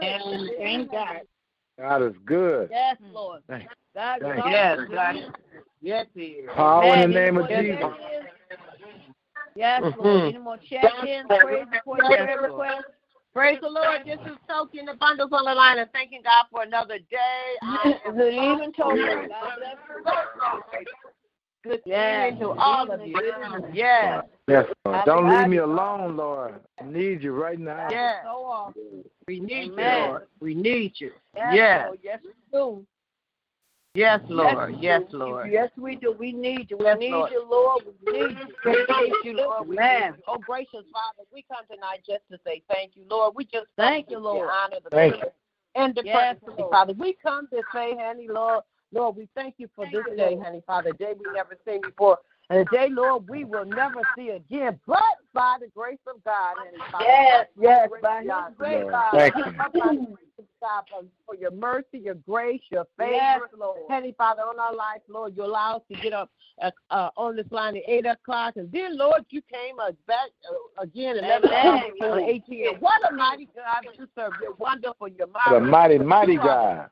Amen.
good.
Thank God.
God is good.
Yes, Lord.
Thank-
God,
thank
God
Mm. Yes,
is
God.
good.
Yes, he is.
Power in
Amen.
the name of
Any
Jesus.
more check-ins? Yes, Lord. Any more check-ins, praise reports, prayer requests? Praise the Lord. This is Toki in the Bundles on the Line and thanking God for another day. I am Good evening, Toki. God bless you. Good evening to all of you. Yes,
Yes, Lord. Don't leave me alone, Lord. I need you right now.
yes. So awesome.
We need
Amen.
you, Lord. We need you.
Yes,
Yes.
Lord. Yes, we do.
Yes, Lord.
we
Yes,
do.
Lord.
Yes, we do. We need you. We
Yes,
need
Lord.
you, Lord. We need you. We need you, Lord. We
Amen.
need you. Oh, gracious Father, we come tonight just to say thank you, Lord. We just thank you, Lord. Honor the
Thank you.
privilege and the
Yes,
praise,
Lord.
Father. We come to say, honey, Lord, Lord, we thank you for this day, honey, Father, a day we never seen before. And a day, Lord, we will never see again, but by the grace of God, honey, Father.
Yes,
yes, by His
grace,
grace,
Lord.
Father.
Thank you.
By the grace of God, Father, For your mercy, your grace, your favor,
Yes,
Lord. Heavenly Father, on our life, Lord, you allow us to get up uh, uh, on this line at 8 o'clock. And then, Lord, you came uh, back uh, again at 11 o'clock
Amen.
on 18. And What a mighty God you serve. You're wonderful. You're
The
marvelous.
mighty, mighty God.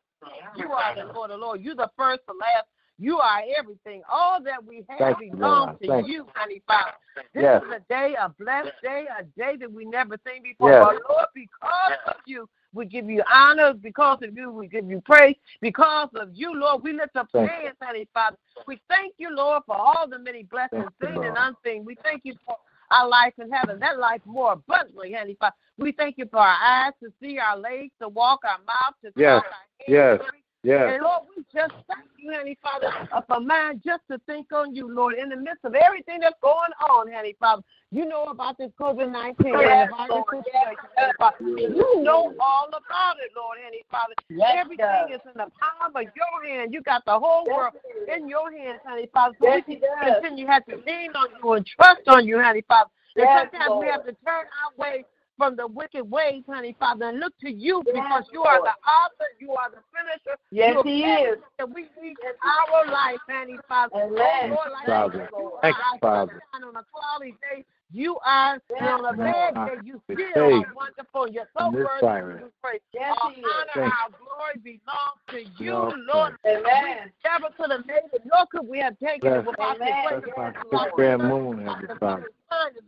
You are the Lord, the Lord. You're the first, the last. You are everything. All that we have
Thank you,
belongs
Lord.
to
Thank
you, honey, Father. This
Yes.
is a day, a blessed day, a day that we never seen before.
Yes.
But Lord, because of you, we give you honor. Because of you, we give you praise. Because of you, Lord, we lift up
Thank
hands, honey, Father. We thank you, Lord, for all the many blessings,
Thank you,
seen and
Lord.
unseen. We thank you for our life in heaven, that life more abundantly, honey, Father. We thank you for our eyes to see, our legs to walk, our mouth to
Yes.
talk, our hands
Yes.
to reach.
Yes.
And Lord, we just thank you, honey, Father, uh, for mine just to think on you, Lord, in the midst of everything that's going on, honey, Father. You know about this COVID 19
Yes,
and the virus
Lord.
situation, honey, Father. You know all about it, Lord, honey, Father. everything
does.
is in the palm of your hand. You got the whole world in your hands, honey, Father. So
Yes,
we
he
can
does.
continue to have to lean on you and trust on you, honey, Father. And
Yes,
sometimes
Lord.
we have to turn our ways from the wicked ways, honey, Father, and look to you
Yes,
because you are
Lord.
the author, you are the finisher.
Yes,
you are
He
everything
is.
That we need in our life, honey, Father.
Amen.
Lord, like
Father.
you, Lord.
Thank you,
Our
Father.
sunshine On a cloudy day, you are on a bad day. You
Yes.
still
Hey.
are wonderful. You're so
Miss
worthy.
Byron.
to be praised.
Yes,
All
He is.
honor,
Thank
our glory belongs to you,
Lord,
Lord.
Amen.
Never could have made it, nor could we have taken it
Bless-
without
Amen.
the
That's
grace
my
of
six
God.
grand moon, Heavenly Father.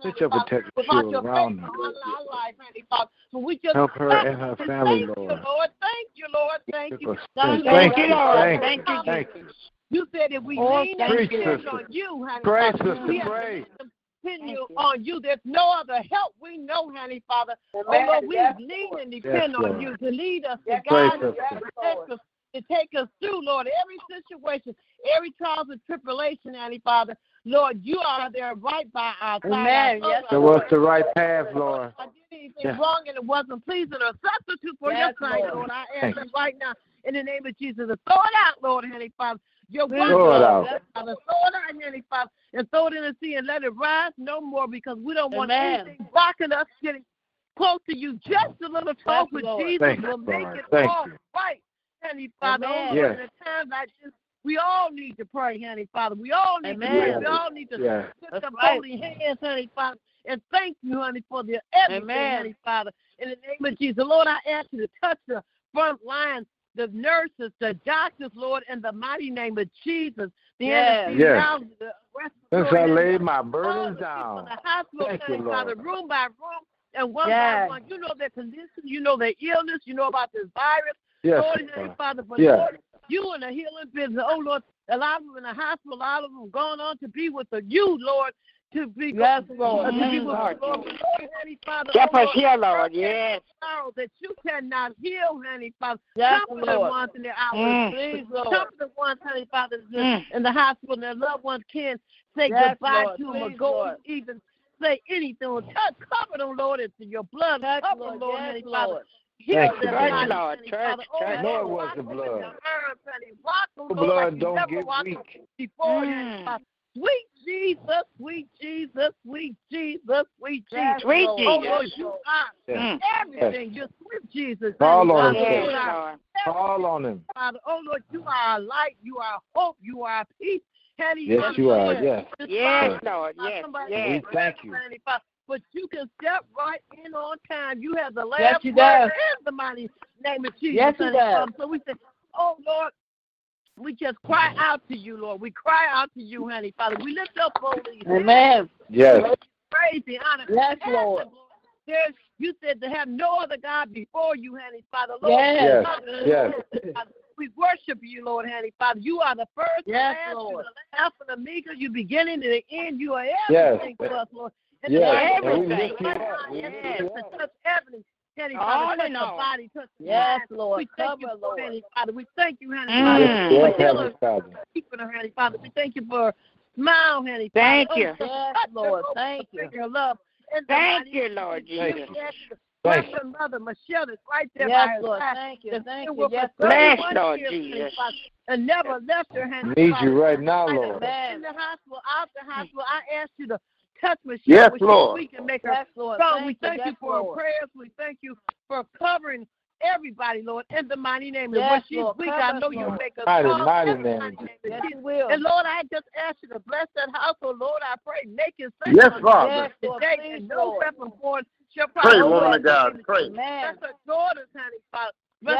Put your protective shield around her.
So we just
Help her
thank
and her
you,
family,
thank
Lord.
You, Lord. Thank you, Lord. Thank
Give
you.
us
God,
strength. Thank
Lord,
you,
Lord,
thank you, thank you.
You said if we
Oh,
lean and
thank you.
depend on you, honey,
Pray,
Father,
sister,
we have
pray.
to continue
Thank you.
on you. There's no other help we know, honey, Father. Oh,
Amen.
Lord, we
Yes,
lean
Lord.
and
Yes,
depend on
Lord.
you to lead us, to
Yes,
guide us,
Lord.
to
Yes,
protect
Lord.
us, to take us through, Lord, every situation, every trials and tribulation, honey, Father. Lord, you are there right by our side.
Amen.
Our
Yes,
brother,
Show
our
us the right path, Lord.
I did anything
Yeah.
wrong and it wasn't pleasing or substitute for
Yes,
your kind,
Lord.
Lord. I ask
Thank
them right now in the name of Jesus. And throw it out, Lord, Heavenly Father. Your
Throw
word,
it
Lord,
out.
Yes, Father. Throw it out, Heavenly Father, and throw it in the sea and let it rise no more because we don't want
Amen.
anything blocking us getting close to you. Just a little talk with
Lord.
Jesus
Thank
will
you,
make
Lord.
it
Thank
all
you.
right, Heavenly Father.
Amen.
Oh, Lord,
Yes.
in a time like this, we all need to pray, Heavenly Father. We all need
Amen.
to pray. We all need to
Yes.
lift
That's
up
right.
holy hands, honey, Father, and thank you, honey, for the everything,
Amen.
honey, Father. In the name of Jesus, Lord, I ask you to touch the front lines, the nurses, the doctors, Lord, in the mighty name of Jesus. The
Yes.
Yes.
anesthesiologists, the
Since I
respiratory
laid my
all the
burdens
people
down.
in the hospital,
Thank you,
honey, Father,
Lord.
room by room and one by
Yes.
one. You know their condition, you know their illness, you know about this virus.
Yes.
Lord and Heavenly Father, but
Yeah.
Lord, you in the healing business. Oh Lord, a lot of them in the hospital, a lot of them going on to be with the, you, Lord, to be
Yes,
uh,
Lord.
to be with
Lord.
the Lord. Lord, Heavenly Father,
Help
oh,
us
Lord,
here, Lord.
hurt that
Yes.
sorrow that you cannot heal, honey, Father.
Yes,
Come to the
Lord.
ones in their hours.
Mm.
Please,
Please, Lord.
Come to the ones, honey, Father, that's in-
Mm.
in the hospital and their loved ones can say
Yes,
goodbye
Lord.
to them or
Please,
go
Lord.
even say anything. Touch, cover them, Lord, into your blood.
Yes,
cover
Lord.
them, Lord,
Yes,
honey, Father.
Lord.
Heal
Thank you,
their
Lord.
bodies,
Lord,
honey,
church,
Father. Oh, Lord,
church.
Lord, was the
wash them with
blood.
your Herbs, honey. Wash them, Lord, like
Blood
you
don't
never
get
washed them
weak.
before,
Mm.
honey, Father. Sweet Jesus, sweet Jesus, sweet Jesus, sweet
Yes,
Jesus.
Sweet
Oh,
Jesus.
Lord, you are
Mm.
Yes.
everything. You're sweet Jesus.
Call on
Father,
him,
you
Lord.
are
Yes,
Call on him.
Father. Oh Lord, you are our light, you are our hope, you are our peace. Heavenly
Yes,
Father,
you are.
Lord,
Yes.
this
Yes,
Father,
Lord.
Father,
Yes,
somebody
yes.
can
We thank you.
Heavenly Father, But you can step right in on time. You have the last
Yes, you
word
does.
in the mighty name of Jesus.
Yes, you
Heavenly
does.
Father. So we say, Oh Lord, we just cry out to you, Lord. We cry out to you, honey, Father. We lift up holy
Amen.
Yes.
praise and honor.
Yes,
and
Lord.
the glory. There's, you said to have no other God before you, honey, Father. Lord,
Yes.
Father,
Yes.
Father, We worship you, Lord, honey, Father. You are the first, the
Yes,
last,
Lord.
you the last and the meager. You beginning and the end. You are
Yes.
everything to us, Lord. And
Yes.
to
And we
everything.
lift you up. We
Yes.
lift you
To
up.
touch everything. Honey,
All
Father, touch
in
the
all.
body, touch the
Yes,
mind.
Lord.
We thank you,
Cover,
for
Lord.
Honey, Father. We thank you, honey,
Mm.
Father.
Yes, yes,
For healing,
Heavenly Father.
keeping her, honey, Father. We thank you for smile, honey.
Thank
Father.
you.
Oh,
Yes,
touch her,
Lord.
oh,
Thank
touch
you.
Your love. In the
Thank
mighty
you,
name of
Lord
Thank
Jesus.
you.
Yes,
Thank
bless your mother, Michelle, is right there by
Yes,
her
Lord.
side.
Thank you.
That's
Thank
been
you.
with her
Yes,
thirty-one years,
Lord. Bless, Lord
Heavenly
Jesus.
Father, And never left her hand.
Need you right now,
Father.
Lord.
In the hospital, out the hospital, I ask you to touch Michelle.
Yes,
where
Lord.
She, we can make her
Yes, Lord.
strong. we thank
yes,
you for her
Lord.
prayers. We thank you for covering everybody, Lord, in the mighty name. of
Yes,
when she's
Lord.
weak,
Cover
I
us,
know you'll
Lord.
make us
Mighty,
strong.
mighty
in the
name.
mighty of
Yes,
Jesus.
you will.
And Lord, I just ask you to bless that household. Lord, I pray naked saints
Yes,
on
Father.
this
Yes, Lord,
today,
please,
and no
Lord.
weapon born shall
Pray,
prosper.
woman of God. Pray.
Amen.
Bless her daughters, honey, Father.
Yes,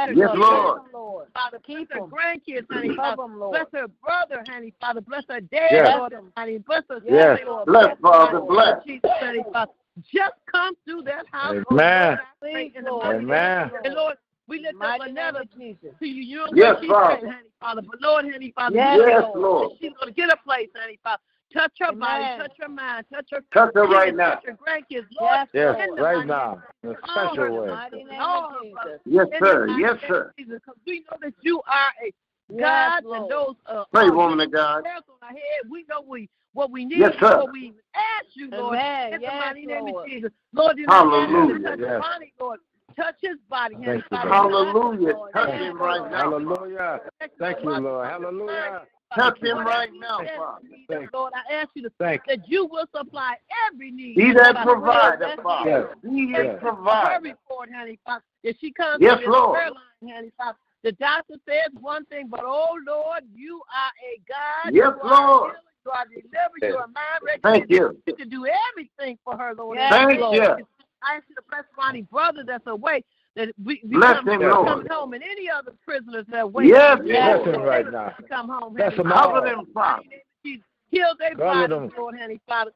Bless
Yes,
her
Lord.
Yes, Lord.
Father.
Keep
bless her
them.
grandkids, honey,
Cover
Father.
'em, Lord.
Bless her brother, honey, Father. Bless her dad,
Yes.
Lord, honey. Bless her
Yes.
sister, Lord.
Bless, Father.
Lord,
Bless.
Jesus, honey, Father. Just come through that house. Lord,
Amen.
I pray in the
Please,
mighty name.
Amen.
And Lord, we lift up
Mighty name
another
of Jesus.
to you. You don't
Yes,
know she's
Father.
praying, honey, Father. But Lord, honey, Father,
Yes,
you know
Yes,
Lord.
Lord.
she's gonna get a place, honey, Father. Touch her body,
Amen.
touch her mind, touch her
Touch her right
kids,
now.
touch her grandkids, Lord.
Yes,
Yes,
In the
right
mighty
now. In a
name of
special
Jesus.
way.
Mighty name
All
of
of us.
Jesus.
Yes,
In the
sir.
mighty
Yes,
name
sir.
of Jesus, 'cause we know that you are a
Yes,
God and
Lord.
those uh,
Pray,
uh,
woman of God.
prayers on our head. We know we what we need,
Yes, sir.
what we ask you, Lord.
Amen.
In the
Yes,
mighty name of
Lord.
Jesus, Lord, you know, ask you to
Hallelujah.
touch
Yes.
Bonnie, Lord. Touch his body,
Thank
Heavenly
you,
Father.
Lord.
Hallelujah.
Lord.
Touch
Yes,
him right
Lord.
now.
Hallelujah. Thank you, Lord. Hallelujah.
Touch him right now, Father.
Thank
Lord, I ask you to
Thank you.
that you will supply every need.
He that
Father.
provider,
Yes,
Father. He
Yes.
that
Her
provider.
report, honey, Father. If she comes
Yes,
to this
Lord.
prayer line, honey, Father, the doctor says one thing, but oh Lord, you are a God.
Yes,
you are a
Lord.
healer, You are a deliverer. You are a mind regulator.
Thank you.
You can do everything for her, Lord.
Yes,
Thank
Lord.
you.
I ask you to bless Ronnie, brother that's away. That we, we
Bless
come,
him,
come
Lord.
home, and any other prisoners that wait.
Yes,
Bless
Lord.
him right now.
Come home.
Bless
honey,
him
Father.
all.
Cover them, Father.
Jesus. Heal their
Cover
bodies,
them.
Lord, honey, Father.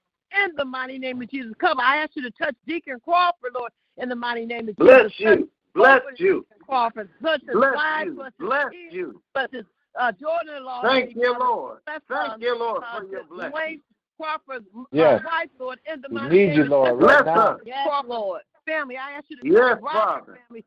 In the mighty name of Jesus, come. I ask you to touch Deacon Crawford, Lord, in the mighty name of
Bless
Jesus. Touch
you. Bless you.
Deacon Crawford, touch his
Bless
wife,
you.
touch his
Bless
kids,
you.
touch his uh, daughter-in-law.
Thank
honey,
you,
Father.
Lord.
Bless, uh,
Thank you, Lord,
uh,
for your blessing.
Dwayne Crawford's uh,
Yes.
wife, Lord, in the
We
mighty
need
name
you,
of
Lord,
Jesus.
right
Bless
now.
her.
Yes, Lord.
Family, I ask you to
Yes,
bless Robert
Father.
family.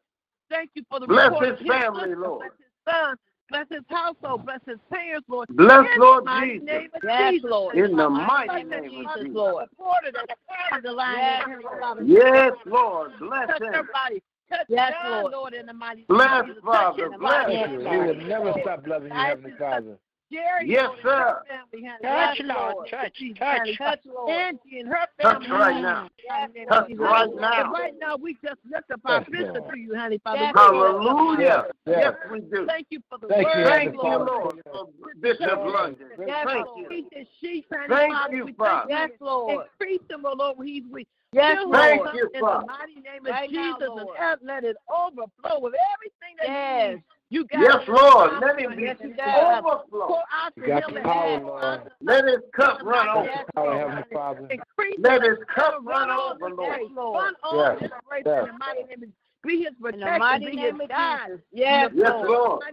Thank you for the
Bless
report
his
of
family,
husband,
Lord.
Bless his son. Bless his household. Bless his parents, Lord.
Bless
In
Lord
the mighty
Jesus.
name of
Yes,
Jesus.
Lord.
In the
Father,
mighty
touch
name
that
of
mother,
Jesus.
Lord. Porter, that carried the line,
Yes,
Heavenly
Lord.
Father.
Yes, Lord. Bless
Touch
him.
her body. Touch
Yes,
John,
Lord.
in the mighty name
Bless,
of Jesus. Touch
Father.
his
Bless.
body,
Thank you. We
Lord.
will never stop loving you, Heavenly Father.
Jerry,
Yes,
Lord, and her
sir.
family, honey. Yes,
Touch, Lord.
Lord.
Touch,
Jesus,
touch,
honey.
touch, Lord.
Angie and her
Touch
family.
right now.
Yes, Lord.
Touch
Jesus,
right
honey.
now.
And right now, we just lift up our
Yes,
bishop
Lord.
to you, honey, Father.
Yes,
We lift up our
Hallelujah. Yes,
Yes.
we do.
Thank you for the
Thank you,
word,
Thank
Heavenly
you,
Lord.
Father.
Lord, for Bishop London.
Yes,
Thank
Lord.
you.
Keep his sheep, honey,
Thank
Father.
you,
We
Father.
Thank
Yes,
you.
Lord.
Increase him, O Lord, when he's weak.
Yes,
Fill him
Thank
up
Lord.
you,
in
Father.
the mighty name of
Right now,
Jesus and
Lord.
have- let it overflow with everything that
Yes.
he needs. You got
Yes,
it.
Lord. Let it
Yes, you
be
got it.
overflow.
Oh, Pour out to
You got
him
the
and
power,
ask
Lord.
us
Let his cup
to bless
run
Got
over.
him.
the power, Heavenly Father.
Increase
Let
him.
his cup run
on
over,
this
Lord.
grace. Run
Yes.
on this grace
Yes.
in the mighty name of Be his
In the mighty
protection. Be his
name of
guide.
Jesus. Yes,
Yes,
Lord.
Lord.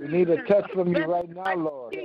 We need a touch from you right now, Lord.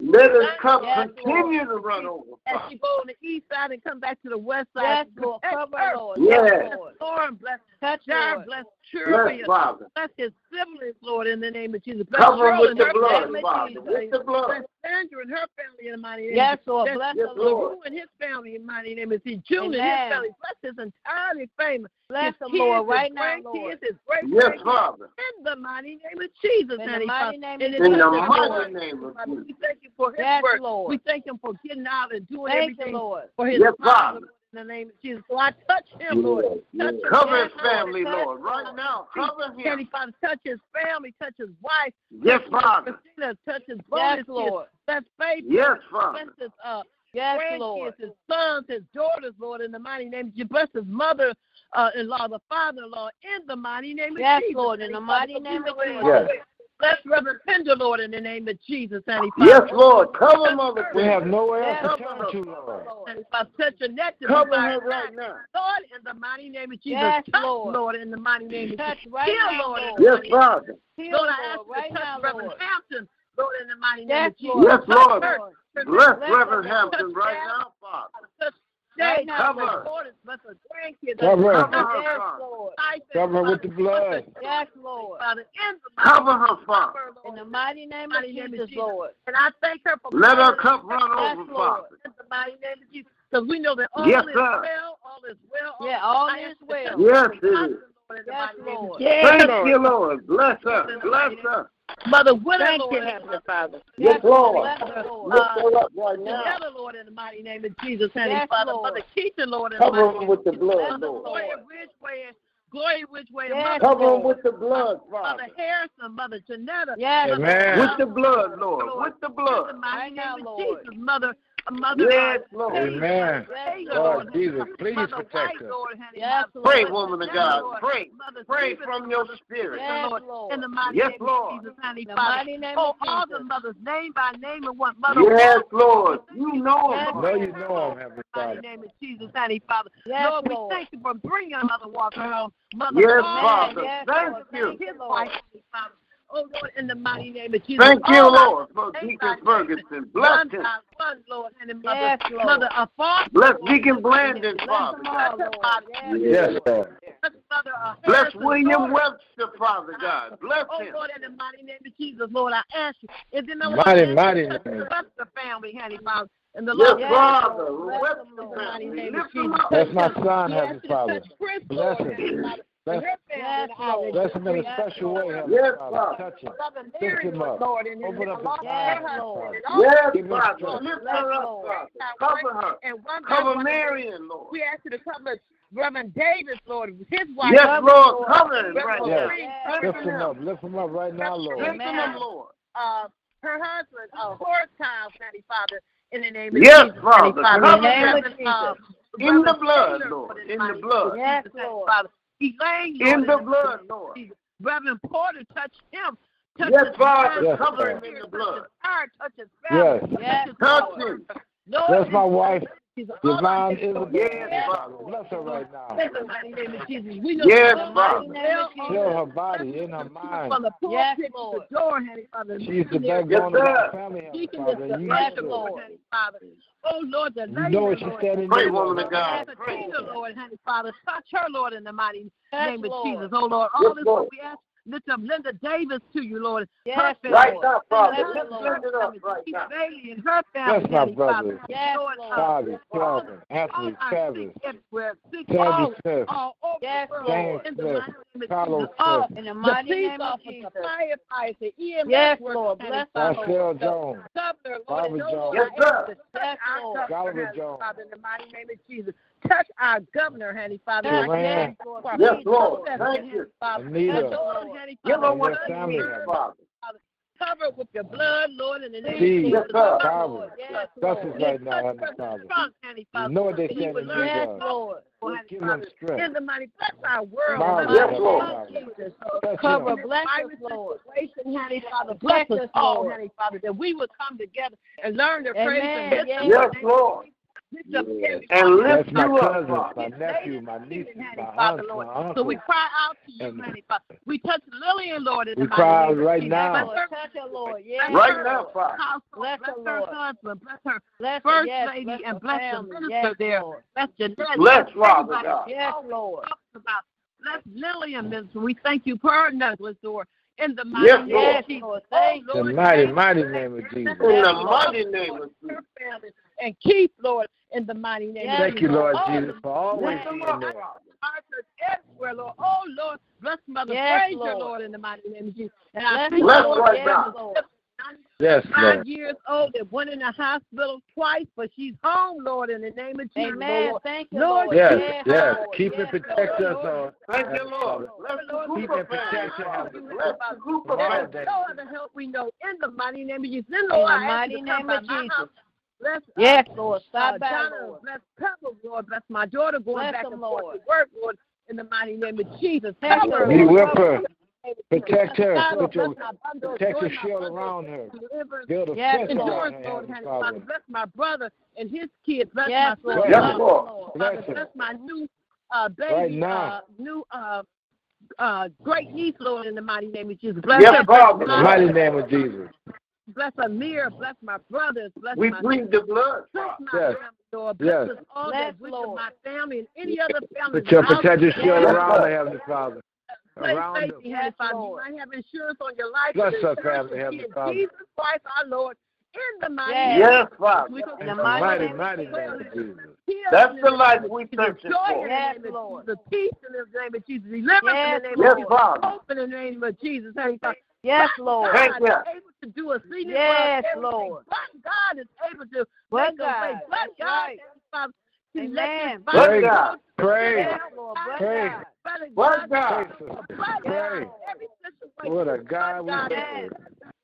Let his cup
Yes,
continue to run over.
As she go on the east side and come back to the west
Yes,
side.
Lord.
Protect
Cover,
her.
Lord.
Yes.
Bless Lauren, bless
Touch,
Jared,
Lord.
bless Churian,
Bless Father.
bless his siblings, Lord, in the name of Jesus. Bless
Cover him
Cheryl
with
and
the
her
blood,
family,
Father.
Jesus.
With the blood.
Bless Sandra and her family in the mighty name.
Yes, Lord.
Bless
Bless
Yes,
the Lord.
Lord.
LaRue and his family in mighty name is he. June and
Amen.
his family. Bless his entire family.
Bless
his
the
kids,
Lord
his
right now,
grandkids,
Lord.
His great
Yes, Father.
in the mighty name of Jesus,
In the
Heavenly Father.
mighty name
And
of
it
In the
doesn't matter
mighty
what,
name of
Father,
Jesus.
We thank you for his
Yes,
work.
Lord.
We thank him for getting out and doing
Thank you,
everything
Lord.
for his
Yes,
father.
Father.
In the name of Jesus. So I touch him, Lord. Touch his
Cover his
grandmother,
family,
touch
Lord.
his
Right now, cover him.
Heavenly Father, touch his family, touch his wife.
Yes,
touch
Father.
Christina, touch his
Yes,
bonus
Lord.
Bless faith.
Yes,
Bless
Father.
his uh,
Yes,
grandkids,
Lord.
his sons, his daughters, Lord, in the mighty name of Jesus. Bless his mother uh, in law, the father in law, in the mighty name of
Yes,
Jesus.
Lord, in the
Heavenly
mighty
Father,
name of
Lord,
Jesus.
Yes.
Bless Reverend Pender, Lord, in the name of Jesus. Heavenly Father.
Yes, Lord. Cover Mother
We have
Pender.
nowhere
Yes,
else to
Lord.
turn to, Lord.
Heavenly Father, touch your neck to
Cover
the
her
fire.
right now.
Lord, in the mighty name of Jesus.
Yes,
touch,
Lord.
in the mighty name of
Touch
Jesus.
right
Heal,
now,
Lord, in
Lord.
the
Yes,
mighty name
Father.
Heal,
Lord, I ask
Lord,
you
right
to touch
now,
Reverend
Lord.
Hampton, Lord, in the mighty name
Yes,
of Jesus.
Lord.
Yes, Lord.
Touch her.
Bless
Bless
Reverend
her.
Hampton right now, Father.
Touch
Right
Jane,
now,
bless her
Cover.
daughters, bless her grandkids,
Cover
bless
her.
her
Cover
Yes,
her, Father.
Lord.
life,
Cover her with the blood.
bless her
Yes, Lord.
Father, in the mighty
Cover her, Father.
Lord.
In the mighty name of
Mighty name of
Jesus,
Jesus.
Lord.
And I thank her for
Let her
covering
cup run
Yes,
over,
Lord.
Father.
in the mighty name of Jesus. Because we know that all
Yes,
is
sir.
well, all is well. all
Yeah, all
I
is
ask you to
well.
touch
Yes,
her,
it is.
Lord, in the
Yes,
mighty name of
Lord.
Jesus.
Thank you, Lord. Bless her. Bless her.
Mother Willow,
Thank
Lord,
you,
in the
Heavenly
Father.
Yes,
Yes, Lord.
Bless her, Lord.
Lift her up right now.
Together, Lord, in the mighty name of Jesus, honey,
Yes,
Father,
Lord.
Mother Keisha, Lord, in the
Cover
mighty
him
name
with the
of Jesus.
blood,
Mother
Lord.
Gloria Ridgeway, and Gloria Ridgeway, and
Yes,
Mother,
Cover him with the blood,
Mother
Father.
Harrison, Mother Janetta,
Yes,
Mother
Amen.
With the blood, Lord. With the
in the
blood.
mighty
Right now,
name of
Lord.
Jesus, Mother, Mother,
Yes, Lord.
Amen.
yes,
Lord
Lord.
Jesus, please
Mother
protect
White,
us.
Lord, honey,
Yes,
Mother
Pray,
Lord,
woman of
Mother
God.
Lord,
Pray.
Mother
Pray
Stevens,
from your spirit.
Yes,
Lord,
Lord.
in the mighty
Yes,
name
Lord.
of Jesus, honey,
In the
Father.
mighty name
oh,
of
all
Jesus.
the mothers, name by name, and what Mother
Yes, Lord. You know
Yes,
him,
Know
Lord.
you know him, Heavenly
mighty
Father.
name of Jesus, honey, Father.
Yes,
Lord,
Lord.
we thank you for bringing Mother Walker home. Mother
Yes,
Walker,
Father.
yes,
Thank
Lord.
you.
his
Lord.
wife, honey, Father. Oh, Lord, in the mighty name of Jesus.
Thank you,
all our
Lord, for
names by
Deacon
name,
Ferguson. Bless
One
him.
by one, Lord, and then Mother,
Yes, Lord.
Mother, uh, Foster,
Bless
Lord,
Deacon
in the mighty
Blandon,
name
Bless
of
Father.
them all,
Jesus.
Lord. Yes,
Yes, Lord.
Bless Mother, uh,
Bless
Harrison's
William
daughter.
Webster, Father God. Bless
Oh
him.
Lord, in the mighty name of Jesus, Lord, I ask you. Is in the
Mighty,
Lord,
mighty
touch
name.
the rest of the family, honey, Father, in the
Yes,
Lord,
Yes,
Father.
Lord.
Bless
Bless
the
him,
mighty
family.
name
Lift
of
him
Jesus.
up.
That's my son,
We ask
Heavenly
you to
Father.
touch Chris,
Bless
Lord,
him.
Heavenly Father,
Bless,
and her family,
Yes,
and all
Lord.
bless him in a
Yes,
special
Lord.
way, Heavenly
Yes,
Father.
Father.
Touch him.
Brother
Lift
Mary,
him up.
Lord, and in
Open
the
up his
Lord,
eyes,
Yes,
her
Lord.
Father.
all
Yes,
Give him
Father.
strength.
Lift
Yes,
her up,
Lord.
Father. Cover her.
And one by
Cover
one,
Marion, Lord.
we ask you to cover Reverend Davis, Lord, his wife.
Yes, Lord. Cover him right
Reverend
now.
Reed,
Yes.
Lift
Strengthen
him
him.
up. Lift him up right now, Lord.
Strengthen him,
Amen.
Lord.
uh, her husband, uh, Horace Tiles, Heavenly Father, in the name of
Yes,
Jesus. Heavenly
Father.
Father.
Cover
In the name
him.
of Jesus.
In the
Reverend
blood,
Taylor,
Lord.
mighty
In the
name of
blood.
Yes,
Jesus, Heavenly
Lord.
Father. Elaine, Lord,
In the
name
blood,
of
Lord.
Jesus. Reverend Porter, touch him. Touch
Yes,
his
Father.
mind,
Cover
touch
him in
his
the
spirit,
blood.
Touch his
Yes.
family.
Yes,
Touch
Lord.
him.
Lord,
Bless my wife,
Jesus, all our
Divine
his
Isabel.
Yes,
Heavenly Father.
Father.
Bless her right now.
In the mighty name of Jesus, we know
Yes,
that
Father.
the Lord is
Heal her body in her mind.
From the
Yes,
pulpit to
Lord.
the door, Heavenly Father.
She's the
Missionary
backbone of
sir.
our family, Heavenly
Deacon
Father.
is
You
the
Yes,
know
first
it.
of
Lord.
all, Heavenly Father. Oh Lord, the
You
lady,
know what she's
Lord.
standing
Pray,
in,
woman
Lord.
of God.
Pastor
Pray.
Tina, Lord, Heavenly Father, touch her, Lord, in the mighty
Yes,
name of
Lord.
Jesus. Oh Lord, all
Yes,
this
Lord.
we ask. Lift up Linda Davis to you, Lord.
Yes,
Her
Right
family.
now, Father.
Yes,
Lift
Lord.
it up right
Keith
now.
Bailey and her family,
Bless my
Heavenly
brothers,
Father.
Yes,
Lord,
Lord.
uh,
Bobby, Calvin,
all
Anthony,
our
Travis,
sick everywhere, sick
Sandy
all,
Smith,
all over
Yes,
the world.
Lord.
In the
James
mighty name of
Carlos
Jesus, all
Smith.
In the
the
mighty
police
name of
officers,
Jesus.
the firefighters, the EMS
Yes,
E workers,
Lord.
Heavenly
Bless our
Father,
Lord.
Marcel
the
Jones,
governor, Lord,
Barbara
and no Lord, I
Yes,
Jones.
ask
sir.
you to touch
Yes,
our
Lord.
governor,
Barbara
Heavenly
Jones.
Father, in the mighty name of Jesus. Touch our governor, Heavenly Father.
Yes,
I
Durant.
yes,
thank
Lord.
you for
Yes,
peace,
Lord.
success,
Thank you.
Heavenly Father. The Lord, Heavenly
Anita.
Give
Father,
her
And
what
their
touch
she
family,
needs,
her,
Father.
cover with your blood, Lord, in the name of
Steve.
Jesus.
Yes, sir.
Cover,
Calvin.
Yes,
That's
Lord.
it right now,
Touch
Heavenly Father.
President Trump, Heavenly Father.
You know what they
that he
stand
would
in
learn
need
Yes,
of.
Lord.
for Heavenly
Give him
Father. In
strength.
the mighty, bless our world.
Mom,
bless
Yes,
our
Lord.
country, Jesus, Lord.
Touch
Cover,
him.
bless us,
Virus
Lord.
situation, Heavenly Father. Bless
Bless
us
us,
all,
Lord.
Heavenly Father, that we would come together and learn to praise and
Amen.
lift
Yes.
up
Yes, Lord.
Lift up every
And lift
That's my
you up,
cousin,
Father.
my nephew, my niece, my aunt, my uncle.
So we cry out to you,
And-
Mighty Father. We touch Lillian, Lord, in
We
the
cry
mighty name of
right
Jesus.
now.
Bless her-
Touch her, Lord.
bless
Yes.
her
Right now, Father.
household,
Bless her,
her
Lord.
husband, bless her
Bless her,
first
yes.
lady,
Bless
and
her
bless the
family.
minister
Yes,
there.
Lord.
Bless Jeanette.
Bless Father
everybody
God.
Yes,
always
Lord.
talks about. Bless Lillian, minister. We thank you for her necklace, Lord, in the mighty
Yes,
name
Lord.
of
Yes,
Jesus.
Lord.
Oh,
Thank
The
Lord,
mighty,
thank
mighty
you.
name of Jesus.
In the
Lord,
mighty name of
her
Jesus.
family And Keith, Lord, in the mighty name
Yes,
of Jesus.
Thank you, Lord
Oh,
Jesus, for always
Yes,
being
Lord.
there.
our church everywhere, Lord. Oh, Lord, bless Mother
Yes,
Frazier,
Lord.
Lord. in the mighty name of Jesus. And I
Bless
thank you,
Bless
Lord,
right
that
now.
was
Yes,
95
Lord.
years old and went in the hospital twice, but she's home, Lord, in the name of Jesus.
Amen.
Lord.
Thank you,
Lord,
Lord.
Yes, yes.
Lord.
Keep and
Yes,
protect
Lord.
us uh, all.
Thank you, Lord. Bless the group
Keep
of
and
families,
protect us.
Father. Bless the group of
Wow.
families.
No other help we know in the mighty name of Jesus. Then,
In the
Lord, I ask
mighty
you to come
name
by
of
my
Jesus.
house. Bless uh,
Yes, Lord.
uh,
Stop by,
Donna,
Lord.
bless Pebble, Lord. Bless my daughter going
Bless
back
them,
and forth
Lord.
to work, Lord, in the mighty name of Jesus.
Thank
Cover
you,
Be
Lord.
with her. Protect her.
Father,
Put your
bless my bundle,
protective
Lord, my
shield
bundle,
around her.
deliverance,
Build a
Yes,
fence around her,
Endurance, Lord,
Heavenly
Heavenly Father,
Father.
bless my brother and his kids. Bless
Yes,
my
Lord.
son.
Yes,
Father,
Lord.
Father,
Bless her.
bless my new uh, baby,
Right now.
Uh, new uh, uh, great niece, Lord, in the mighty name of Jesus. Bless
Yes,
her,
Father.
In the mighty name of Jesus.
bless Amir, bless my brothers, bless
We
my
plead the blood,
bless
Father.
my
Yes.
family, Lord, bless
Yes.
us all
Yes,
that with
Lord.
my family and any other family.
Put your
without
protective
us.
shield
Yes,
around
Lord.
her, Heavenly Father.
Play
Around her.
safety, Heavenly
Yes,
Father. You
Lord.
might have insurance on your life.
Bless
and
her
insurance
family,
is
Heavenly
in
Father.
Jesus Christ, our Lord, in the mighty
Yes.
name of
Yes, Father.
We come
In
In
the
the
mighty
mighty,
name of
mighty
Jesus.
name of Jesus.
healing
That's
in
the
name
life
of
we
Jesus,
searching
joy
for.
in the
Yes,
name of
Lord.
Jesus, peace in the name of Jesus, deliverance in
Yes,
the name
Yes,
of Jesus,
Father.
hope in the name of Jesus. Heavenly Father.
Yes, Lord.
Thank
God
you.
is able to do a season
Yes,
for us everything.
Lord.
But God is able to
But
make a way.
God.
But
That's
God,
right.
Father, to let
Amen.
this body
But
go
God.
to the
Pray.
Yes,
ground.
Lord.
Father
Pray.
God, Father
But
God,
God.
Father
Pray.
God, every situation,
What a
Father
God we
God,
serve.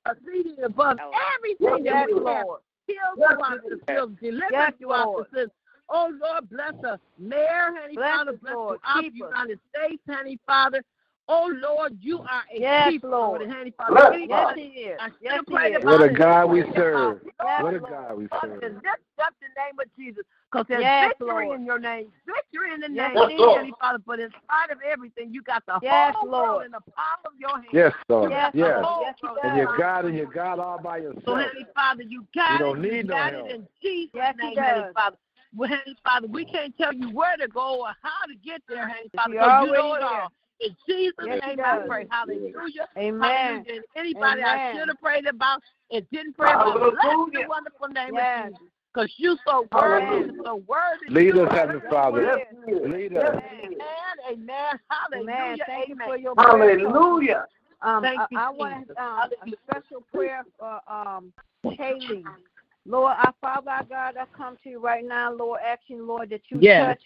a season above everything
Yes,
that we have
Lord.
heal
Yes,
to our sisters, deliver
Yes,
to our
Lord.
sisters. Oh Lord, bless us. Mayor, honey,
Bless
Father,
us,
bless
Lord.
throughout the
Keep us.
United States, honey, Father. Oh Lord, you are a
Yes,
keeper,
Lord.
and honey, Father.
Bless
Any
Yes,
Father.
he
place
is.
I
Yes,
should
he
pray
is.
about
What a
it,
God we
Lord,
serve.
Lord,
What a
Lord.
God we
Father,
serve.
lift up the name of Jesus, because there's
Yes,
victory
Lord.
in your name, victory in the
Yes,
name of
it
Jesus,
is.
honey, Father. But in spite of everything, you got the
Yes,
whole
Lord.
world in the palm of your hand.
Yes, Lord.
Yes,
Yes.
Lord. Yes, he
And
does.
you're God and you're God all by
So,
yourself.
Heavenly Father, you got
don't
it. You
need no
got
help.
it in Jesus'
Yes, he
name, Heavenly
does.
Father. Well, Heavenly Father, we can't tell you where to go or how to get there, Heavenly Father,
He
because you know
already
it all. In Jesus'
Yes, he
name, I
does.
pray. Hallelujah.
Amen.
Hallelujah. And anybody I
Amen.
should have prayed about and didn't pray about, bless the
Hallelujah.
wonderful name
Yes.
of Jesus. Because you so worthy,
Hallelujah.
you so worthy.
Lead
you
us,
are
Heavenly
so
Father.
Yes,
worthy.
he is.
Lead
Yes,
us.
he is.
Amen. Amen.
Amen.
Hallelujah.
Thank you
Amen.
for your prayer.
Hallelujah.
Um,
Thank
I,
you,
I want
Jesus.
um, a
Hallelujah.
special prayer for um, Haley. Lord, our Father, our God, I come to you right now, Lord, asking, Lord, that you
Yes.
touch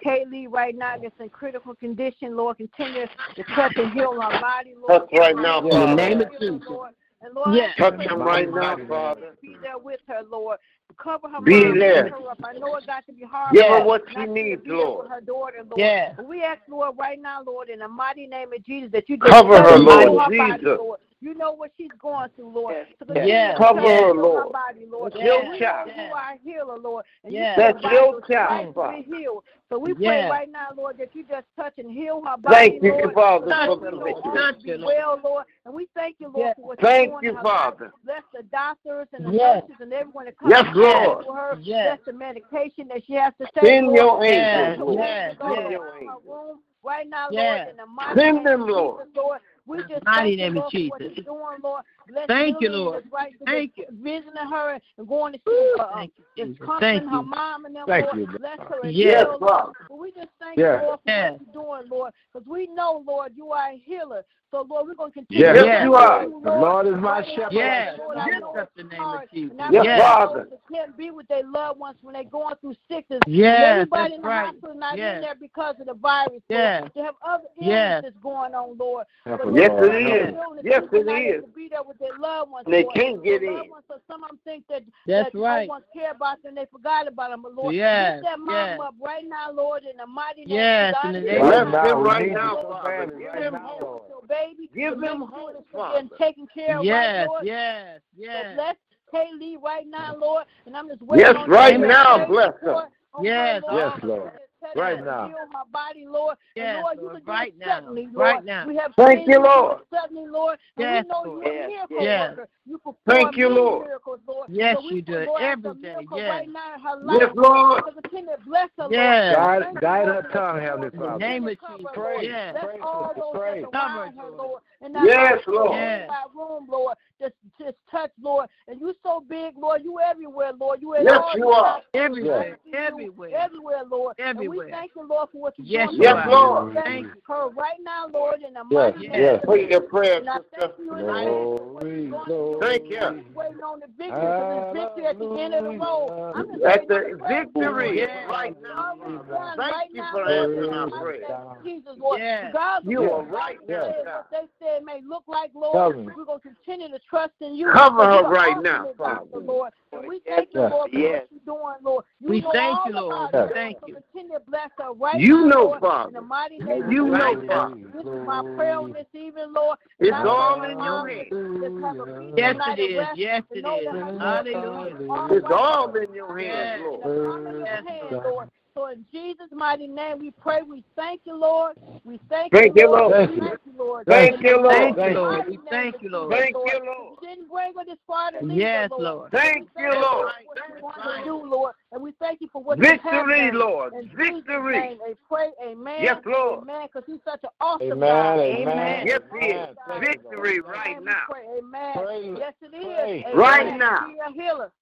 Haley right now that's in critical condition, Lord. Continue to touch and heal her body, Lord.
Touch right now,
Heal her,
Father. In the
name of
Lord.
Jesus.
And Lord,
Yes.
Touch
In the
him right
mighty,
now,
mighty name.
Father.
be there with her, Lord. Cover her
Be
mind,
there.
lift her up. I know it got to be hard.
Give
for
her
her
what she
not to
needs,
be there
Lord.
With her daughter, Lord.
Yes.
We ask, Lord, right now, Lord, in the mighty name of Jesus, that you just
Cover
touch
her,
and heal
Lord
her body,
Jesus.
Lord. You know what she's going through, Lord.
Yes.
So continue
Yes.
to touch
Cover
and
her,
heal
Lord.
Her body, Lord.
Yes.
We know
Yes.
you are a healer, Lord. And
Yes.
you said
That's
by
your
stripes
child, Father.
we heal. So we pray
Yes.
right now, Lord, that you just touch and heal her body,
Thank you,
Lord.
Father,
So
for
Touch
that
her,
she
Lord.
will
provision.
always
Touch
be
her, Lord.
well, Lord. And we thank you, Lord,
Yes.
for what you're
Thank
doing in
you,
her life.
Father.
Bless the doctors and the
Yes.
nurses and everyone that comes
Yes,
in
Lord.
for her.
Yes.
Bless the medication that she has to take.
Send
Lord.
your
Yes,
angels,
Put
Lord.
yes,
your hands
Send
yes.
around
your
her
angels.
room Right now,
Yes.
Lord, in the mighty
Send
name
them,
of
Lord.
Jesus, Lord, we
In the
just
mighty
thank you,
name of
Lord, for what
Jesus.
you're doing, Lord. Bless
Thank you,
Lillian
Lord.
that's Right to
Thank
just
you.
Visiting her and going to see
Woo.
her. um,
Thank you,
Just
Jesus.
comforting
Thank
her
you.
mom and them,
Thank
Lord.
you,
Bless
Lord.
her and
Yes.
Yes,
heal, Lord.
Father.
But we just thank
Yes.
you, Lord, for
Yes.
what you're doing, Lord. Because we know, Lord, you are a healer. So, Lord, we're going to continue
Yes,
Yes,
Yes.
to
you are.
you,
The Lord is my
Right now,
shepherd.
Yes.
Lord, I know
Lift
it's
up the name of
hard.
Jesus.
And I
Yes,
pray
Yes.
that
Father.
those that can't be with their loved ones when they're going through sickness. And
Yes.
everybody
That's
in the
right.
hospital not in
Yes.
there because of the virus.
Yes.
Lord. They have other
Yes.
illnesses going on, Lord.
Help us,
But
Yes,
Lord,
Lord.
those
it
Help
is.
us.
illnesses,
Yes,
people
it
not able
is.
to be there with their loved ones.
They
Lord.
can't
Their
get in.
loved ones, so some of them think that,
That's
that
right.
no one care about them. They forgot about them. But Lord,
Yes,
lift that mom
yes.
up right now, Lord, in the mighty name
Yes,
of
in the
Jesus.
name
I
Right
of
Bless
just thank
them
now, we
you,
right
need you
now,
Lord,
so
Father.
badly.
Give
Right
them
now,
hope.
Lord.
your baby.
Give
and make
them
sure
hope,
that she's
Father.
getting taken care of right,
Yes.
Lord.
Yes.
So
Yes.
bless Kaylee right now, Lord, and I'm just waiting
Yes,
on
right
you to
now,
raise
bless
the Lord.
her.
Oh, my
Yes,
Yes,
I'm
Lord.
just telling
Right
you to
now.
heal my body, Lord. And
Yes,
Lord, you
Lord,
can do it
right now,
suddenly, Lord.
right now.
We have
Thank
seen
you,
do it
Lord.
Suddenly, Lord, and
Yes,
we know
Lord.
you're a miracle
Yes.
worker. You perform
Thank you,
many
Lord.
Miracles, Lord.
Yes,
so we
you do
pray,
it
Lord,
every
for
day.
miracle
Yes.
Right now in her life,
Yes, Lord.
So continue to bless her, Lord.
Yes.
Guide-
Thank you,
guide
Lord,
her
for
tongue,
your
Heavenly
Lord.
Father.
Name of
Cover,
Jesus.
Lord.
Yes.
That's
Praise
all
Him.
those
Praise
that surround
Him.
her, Lord. And
Yes,
that's all
Lord.
in my room, Lord. Just, just touch, Lord. And you so big, Lord. You everywhere, Lord. You in
Yes,
all
you
these
are.
lives.
Everywhere.
You
Everywhere.
everywhere, Lord. And
Everywhere.
we thank you, Lord, for what you're
Yes,
doing.
you
Yes,
are.
Lord.
Thank
Thank you.
her right now, Lord, in the
Yes,
mighty name
yes.
of
Pray your prayer,
and I
sister.
thank you in
Glory, glory.
Thank you.
waiting on the victory because it's victory at the end of the road. I'm just
That's
waiting
the
on prayer.
victory is
Yes.
right
It's
now.
already done
Thank
right
you
now,
for
Lord,
answering
in
our
the mighty
prayer.
name of Jesus, Lord.
Yes.
Regardless
You
of
are
what
right
they
now.
say, what they say may look like, Lord,
Cover.
we're going to continue to trust in you.
Cover
because
her
you are
right
awesome
now,
and
Father.
wonderful, Lord. And we thank you,
Yes.
Lord, for
Yes.
what you're doing, Lord. You
We
know
thank
all
you, Lord.
about
We
her.
thank
So
you.
continue to bless her right
You
now,
know,
Lord,
Father.
in the mighty name of
You know,
Jesus.
Father.
This is my prayer on this evening, Lord.
It's
And I
all in
thank you,
your
Father,
hands.
just have a peaceful
Yes,
night
it
of
is.
rest
Yes,
to
it
know that her
is.
children
Hallelujah.
are
It's
right
all in your hands,
in the
Lord.
palm of your
Yes,
hand,
Lord.
Lord. So in Jesus' mighty name, we pray. We thank you, Lord. We thank,
Thank
you,
you,
Lord.
Lord.
We thank you, Lord.
Thank you, Lord.
In the
Thank
Thank you,
you.
mighty
Lord. We
name
thank
of
you,
Jesus,
Lord.
Thank you, Lord.
You didn't bring her this far to leave
Yes,
her, Lord.
Lord.
Thank
We
you,
thank for
Lord.
what you want to do, Lord. And we thank you for what you have
Victory,
done.
Lord.
In Jesus'
Victory.
name, I pray, amen.
Yes, Lord.
Amen, because he's such an awesome
Amen.
God.
Amen.
Yes, he is.
amen. Thank you, Lord.
Victory
Amen.
right
We
now.
pray, amen.
Praise-
Yes, it is.
Praise.
Amen.
Right now.
He's a healer.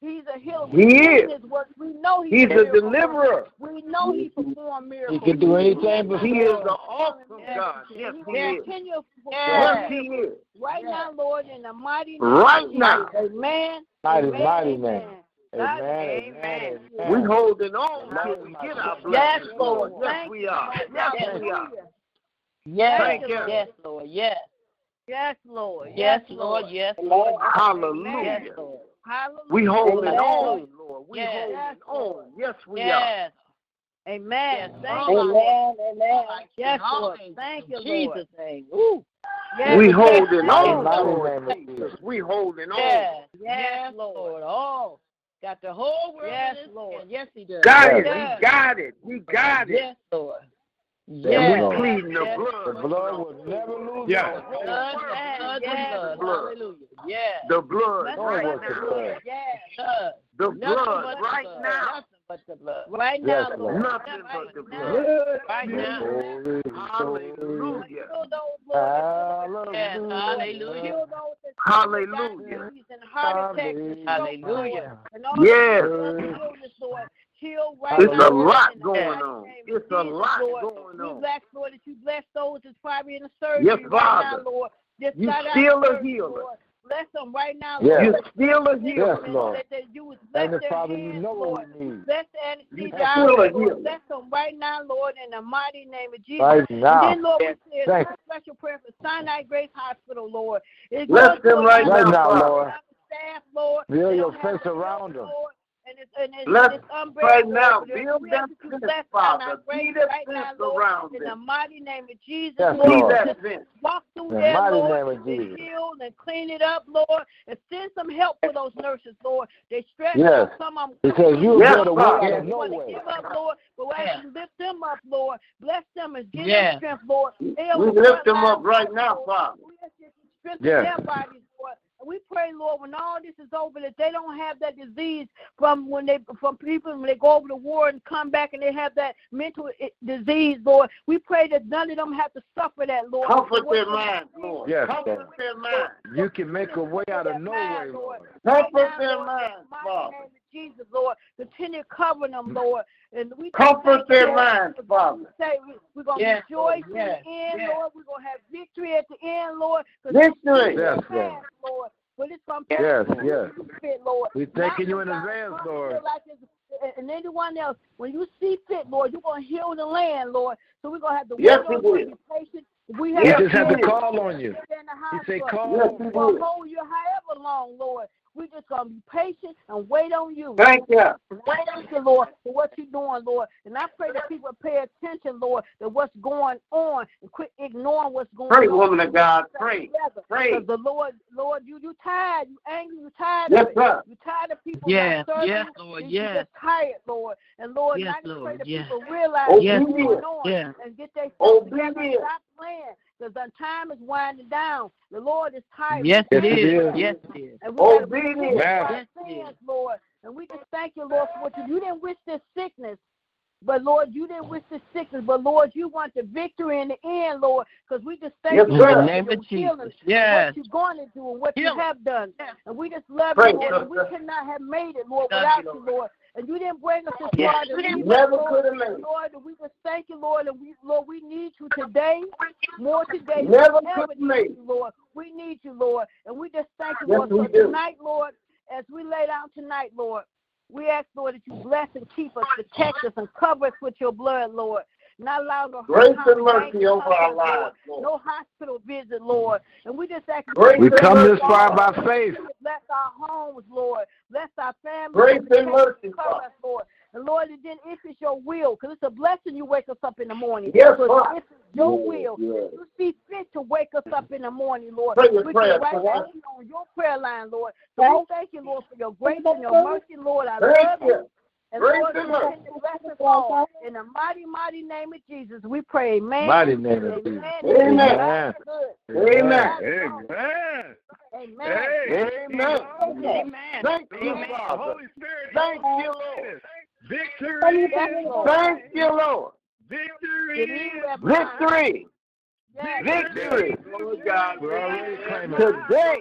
He's a healer.
He
We've seen
is.
His work. We know he's,
He's
a,
a
miracle worker.
deliverer.
We know he performed miracles.
He can do anything but
He is an
fail.
awesome God. Yes,
He
he
will
is.
continue to perform
Yes,
Yes.
he is.
right now, Lord, in the mighty name. of
Right
Jesus.
now.
Amen.
Mighty,
Amen.
mighty
Amen.
name. Amen. Amen. amen.
We holding on till we get our
Yes,
blessing.
Lord.
Yes, we are. Yes, we are.
Hallelujah.
Yes.
Thank you.
Yes, Lord. Yes.
Yes, Lord.
Yes, Lord. Yes, Lord. Yes,
Hallelujah.
Lord.
Hallelujah.
We holding
Yes.
on, Lord. We
Yes.
holding on. Yes, we are.
Yes.
Amen.
Yes.
Thank
Amen.
you. Amen. Yes,
All
Lord.
things
Thank
in
you, Lord.
Jesus' name. Ooh.
Yes,
we
yes,
holding
thank
on,
you, Lord.
Lord Jesus. We holding on.
Yes. Yes, Lord. Oh. Got the whole world. in
Yes,
his
Lord.
hand. Yes, he does.
Got it.
Yes.
We got it. We got it.
Yes, Lord.
Yes,
And
Yes.
we
Lord.
pleading the
Yes.
The
blood.
blood will never lose.
Yeah.
Blood, blood,
Yes.
blood. Hallelujah. Yes.
The blood
Nothing
Lord,
right
but
what
the
the
now.
blood.
blood.
Yes. uh,
Blood.
The
Nothing
blood
but
right
the blood.
now.
Nothing but the blood.
Right now,
Yes,
Lord.
Lord.
Nothing but the blood.
Yes.
Right now.
Glory, glory.
Hallelujah.
Heal those, Lord.
Yes.
Hallelujah.
Hallelujah.
Heal those that
Hallelujah.
Diabetes and heart attacks and stroke, Lord.
Hallelujah.
And all
Yes.
the illness, Lord. Heal right
It's
now,
a
Lord,
lot
in the
going
mighty
on.
name of
It's a
Jesus,
lot
Lord.
going on.
We ask, Lord, that you bless those that's probably in the surgery
Yes,
right
Father.
now, Lord. Just
You
got out
still
of
a
surgery,
healer.
Lord. Bless them right now,
Yes.
You
Lord.
still a
Yes,
healer.
Lord.
That they use bless
And the
their
Father,
hands,
you know
Lord.
what we need.
Bless
You
anesthesia.
can
feel it,
Lord,
yeah.
bless them right now, Lord, in the mighty name of Jesus.
Right
and
now.
then, Lord, we say a
Thank
special prayer for Sinai Grace Hospital, Lord. It's
Bless
good,
them
Lord,
right
Lord,
now,
Lord,
Lord.
Staff, Lord.
Build
They
your
don't have
face
no help,
around them.
Lord. And it's, and it's,
Bless
it's umbrella,
right
Lord,
now.
but it's
Build
real
that
that you
fence,
bless Sinai
Father.
Grace
Be that
right
fence
now, Lord.
around
In the
them.
mighty name of Jesus,
Yes,
Be
Lord,
Lord.
that
just
fence.
walk through
In the
there,
mighty
Lord,
name of
and
Jesus.
heal and clean it up, Lord, and send some help for those nurses, Lord. They stress
Yes.
some of them.
Because you
Yes,
build a way out
Father.
of
You
no
want to
way.
give up, Lord, but as you lift them up, Lord, bless them and give
Yeah.
them strength, Lord.
We
They are
lift them
frontline
up right
workers,
now,
Lord.
Father.
We ask you to strengthen
Yes.
their bodies, Lord. And we pray, Lord, when all this is over, that they don't have that disease from when they from people when they go over the war and come back and they have that mental i- disease, Lord. We pray that none of them have to suffer that, Lord.
Comfort
What
their
they
minds,
have
Lord.
Yes,
Comfort
Lord.
their minds.
You can make a way out of no way,
Mind,
Lord.
Lord.
Comfort
Right now,
their
Lord,
minds,
in the mighty
Father. Mm.
name of Jesus, Lord. Continue covering them, Lord. And we just
Comfort
thank you,
their
Lord,
minds,
for what you
Father.
Say We- we're gonna
Yes,
rejoice
Lord. Yes,
in the end,
yes.
Lord. We're gonna have victory at the end, Lord. 'cause
Victory.
Yes,
it's
Lord.
fast, Lord. But it's gonna
Yes, yes.
fit, Lord.
We're
Not
thanking you in
because
advance,
God
Lord.
feel like it's- And anyone else, when you see fit, Lord, you're gonna heal the land, Lord. So we're gonna have to
Yes,
wait on
we
you,
will.
and be patient. We
We
Yes,
have
just have
we
to
will.
call on you.
in the house,
He said,
Lord.
call
Yes,
on
we
me.
We'll
will.
hold you however long, Lord. We're just gonna be patient and wait on you.
Thank you.
Wait on you, Lord, for what you're doing, Lord. And I pray that people pay attention, Lord, to what's going on and quit ignoring what's going
Pray,
on.
woman of God. Pray.
Together.
Pray.
'Cause the Lord, Lord, you you tired, you angry, you tired
Yes,
of it.
sir.
You tired of people
Yes,
not serving
yes,
you.
Lord,
You-
yes.
You just tired, Lord. And Lord,
Yes,
I just pray
Lord,
that
yes.
people realize
Yes.
what's going on
Yes.
and get their stuff
Obedient.
together and stop playing. Because the time is winding down. The Lord is tired.
Yes,
Yes,
it
it
is.
is.
Yes, it is.
And we gotta
Obedient.
repent for our
Yes,
sins,
yes.
Lord. And we just thank you, Lord, for what you, you didn't wish this sickness. But Lord, you didn't wish this sickness. But Lord, you want the victory in the end, Lord, because we just thank
Yes,
you
In the
Lord, for
name of
your healing,
Jesus.
for
Yes.
what you're going to do and what you
Healing.
have done.
Yes.
And we just love
Praise
you, Lord. And we
God.
could not have made it, Lord,
Love
without
you,
you, Lord. And you didn't bring us this
Yes.
far. to leave us,
Never
Lord.
could have made it.
Lord, and we just thank you, Lord, and we, Lord, we need you today, more today. than
Never
ever
could
need
make.
you, Lord. We need you, Lord, and we just thank you,
Yes,
Lord.
we
So
do.
tonight, Lord, as we lay down tonight, Lord, we ask, Lord, that you bless and keep us, protect us, and cover us with your blood, Lord. Not allow no
Grace and
harm,
mercy
danger,
over our
Lord.
lives, Lord.
No hospital visit, Lord. And we just ask
Grace
We
and
come
mercy.
this far by faith.
Bless our homes, Lord. Bless our families.
Grace and
Protect us,
mercy,
cover
Father.
us, Lord. And Lord, and then if it's your will, because it's a blessing you wake us up in the morning.
Yes,
So
Father.
if it's your
Yes,
will,
yes.
you see fit to wake us up in the morning, Lord.
Pray
we
your
can
prayer,
right back
Father.
on your prayer line, Lord. So we thank you, Lord, for your grace and your mercy, Lord. I love
Thank
you.
you.
And
Praise
Lord,
the
we
Lord.
thank you, bless us all. In the mighty, mighty name of Jesus, we pray. Amen.
Mighty name of Jesus.
Amen.
Amen.
God is good.
Amen.
Amen.
Amen.
Hey,
Amen.
Amen.
Thank you,
Lord, the
Father.
Holy Spirit.
Thank you, Lord.
is Victory.
Yes, Lord.
Thank you, Lord.
It
Victory.
is that blind.
Victory.
Yes.
Victory.
Lord God.
We're already claiming it.
Today.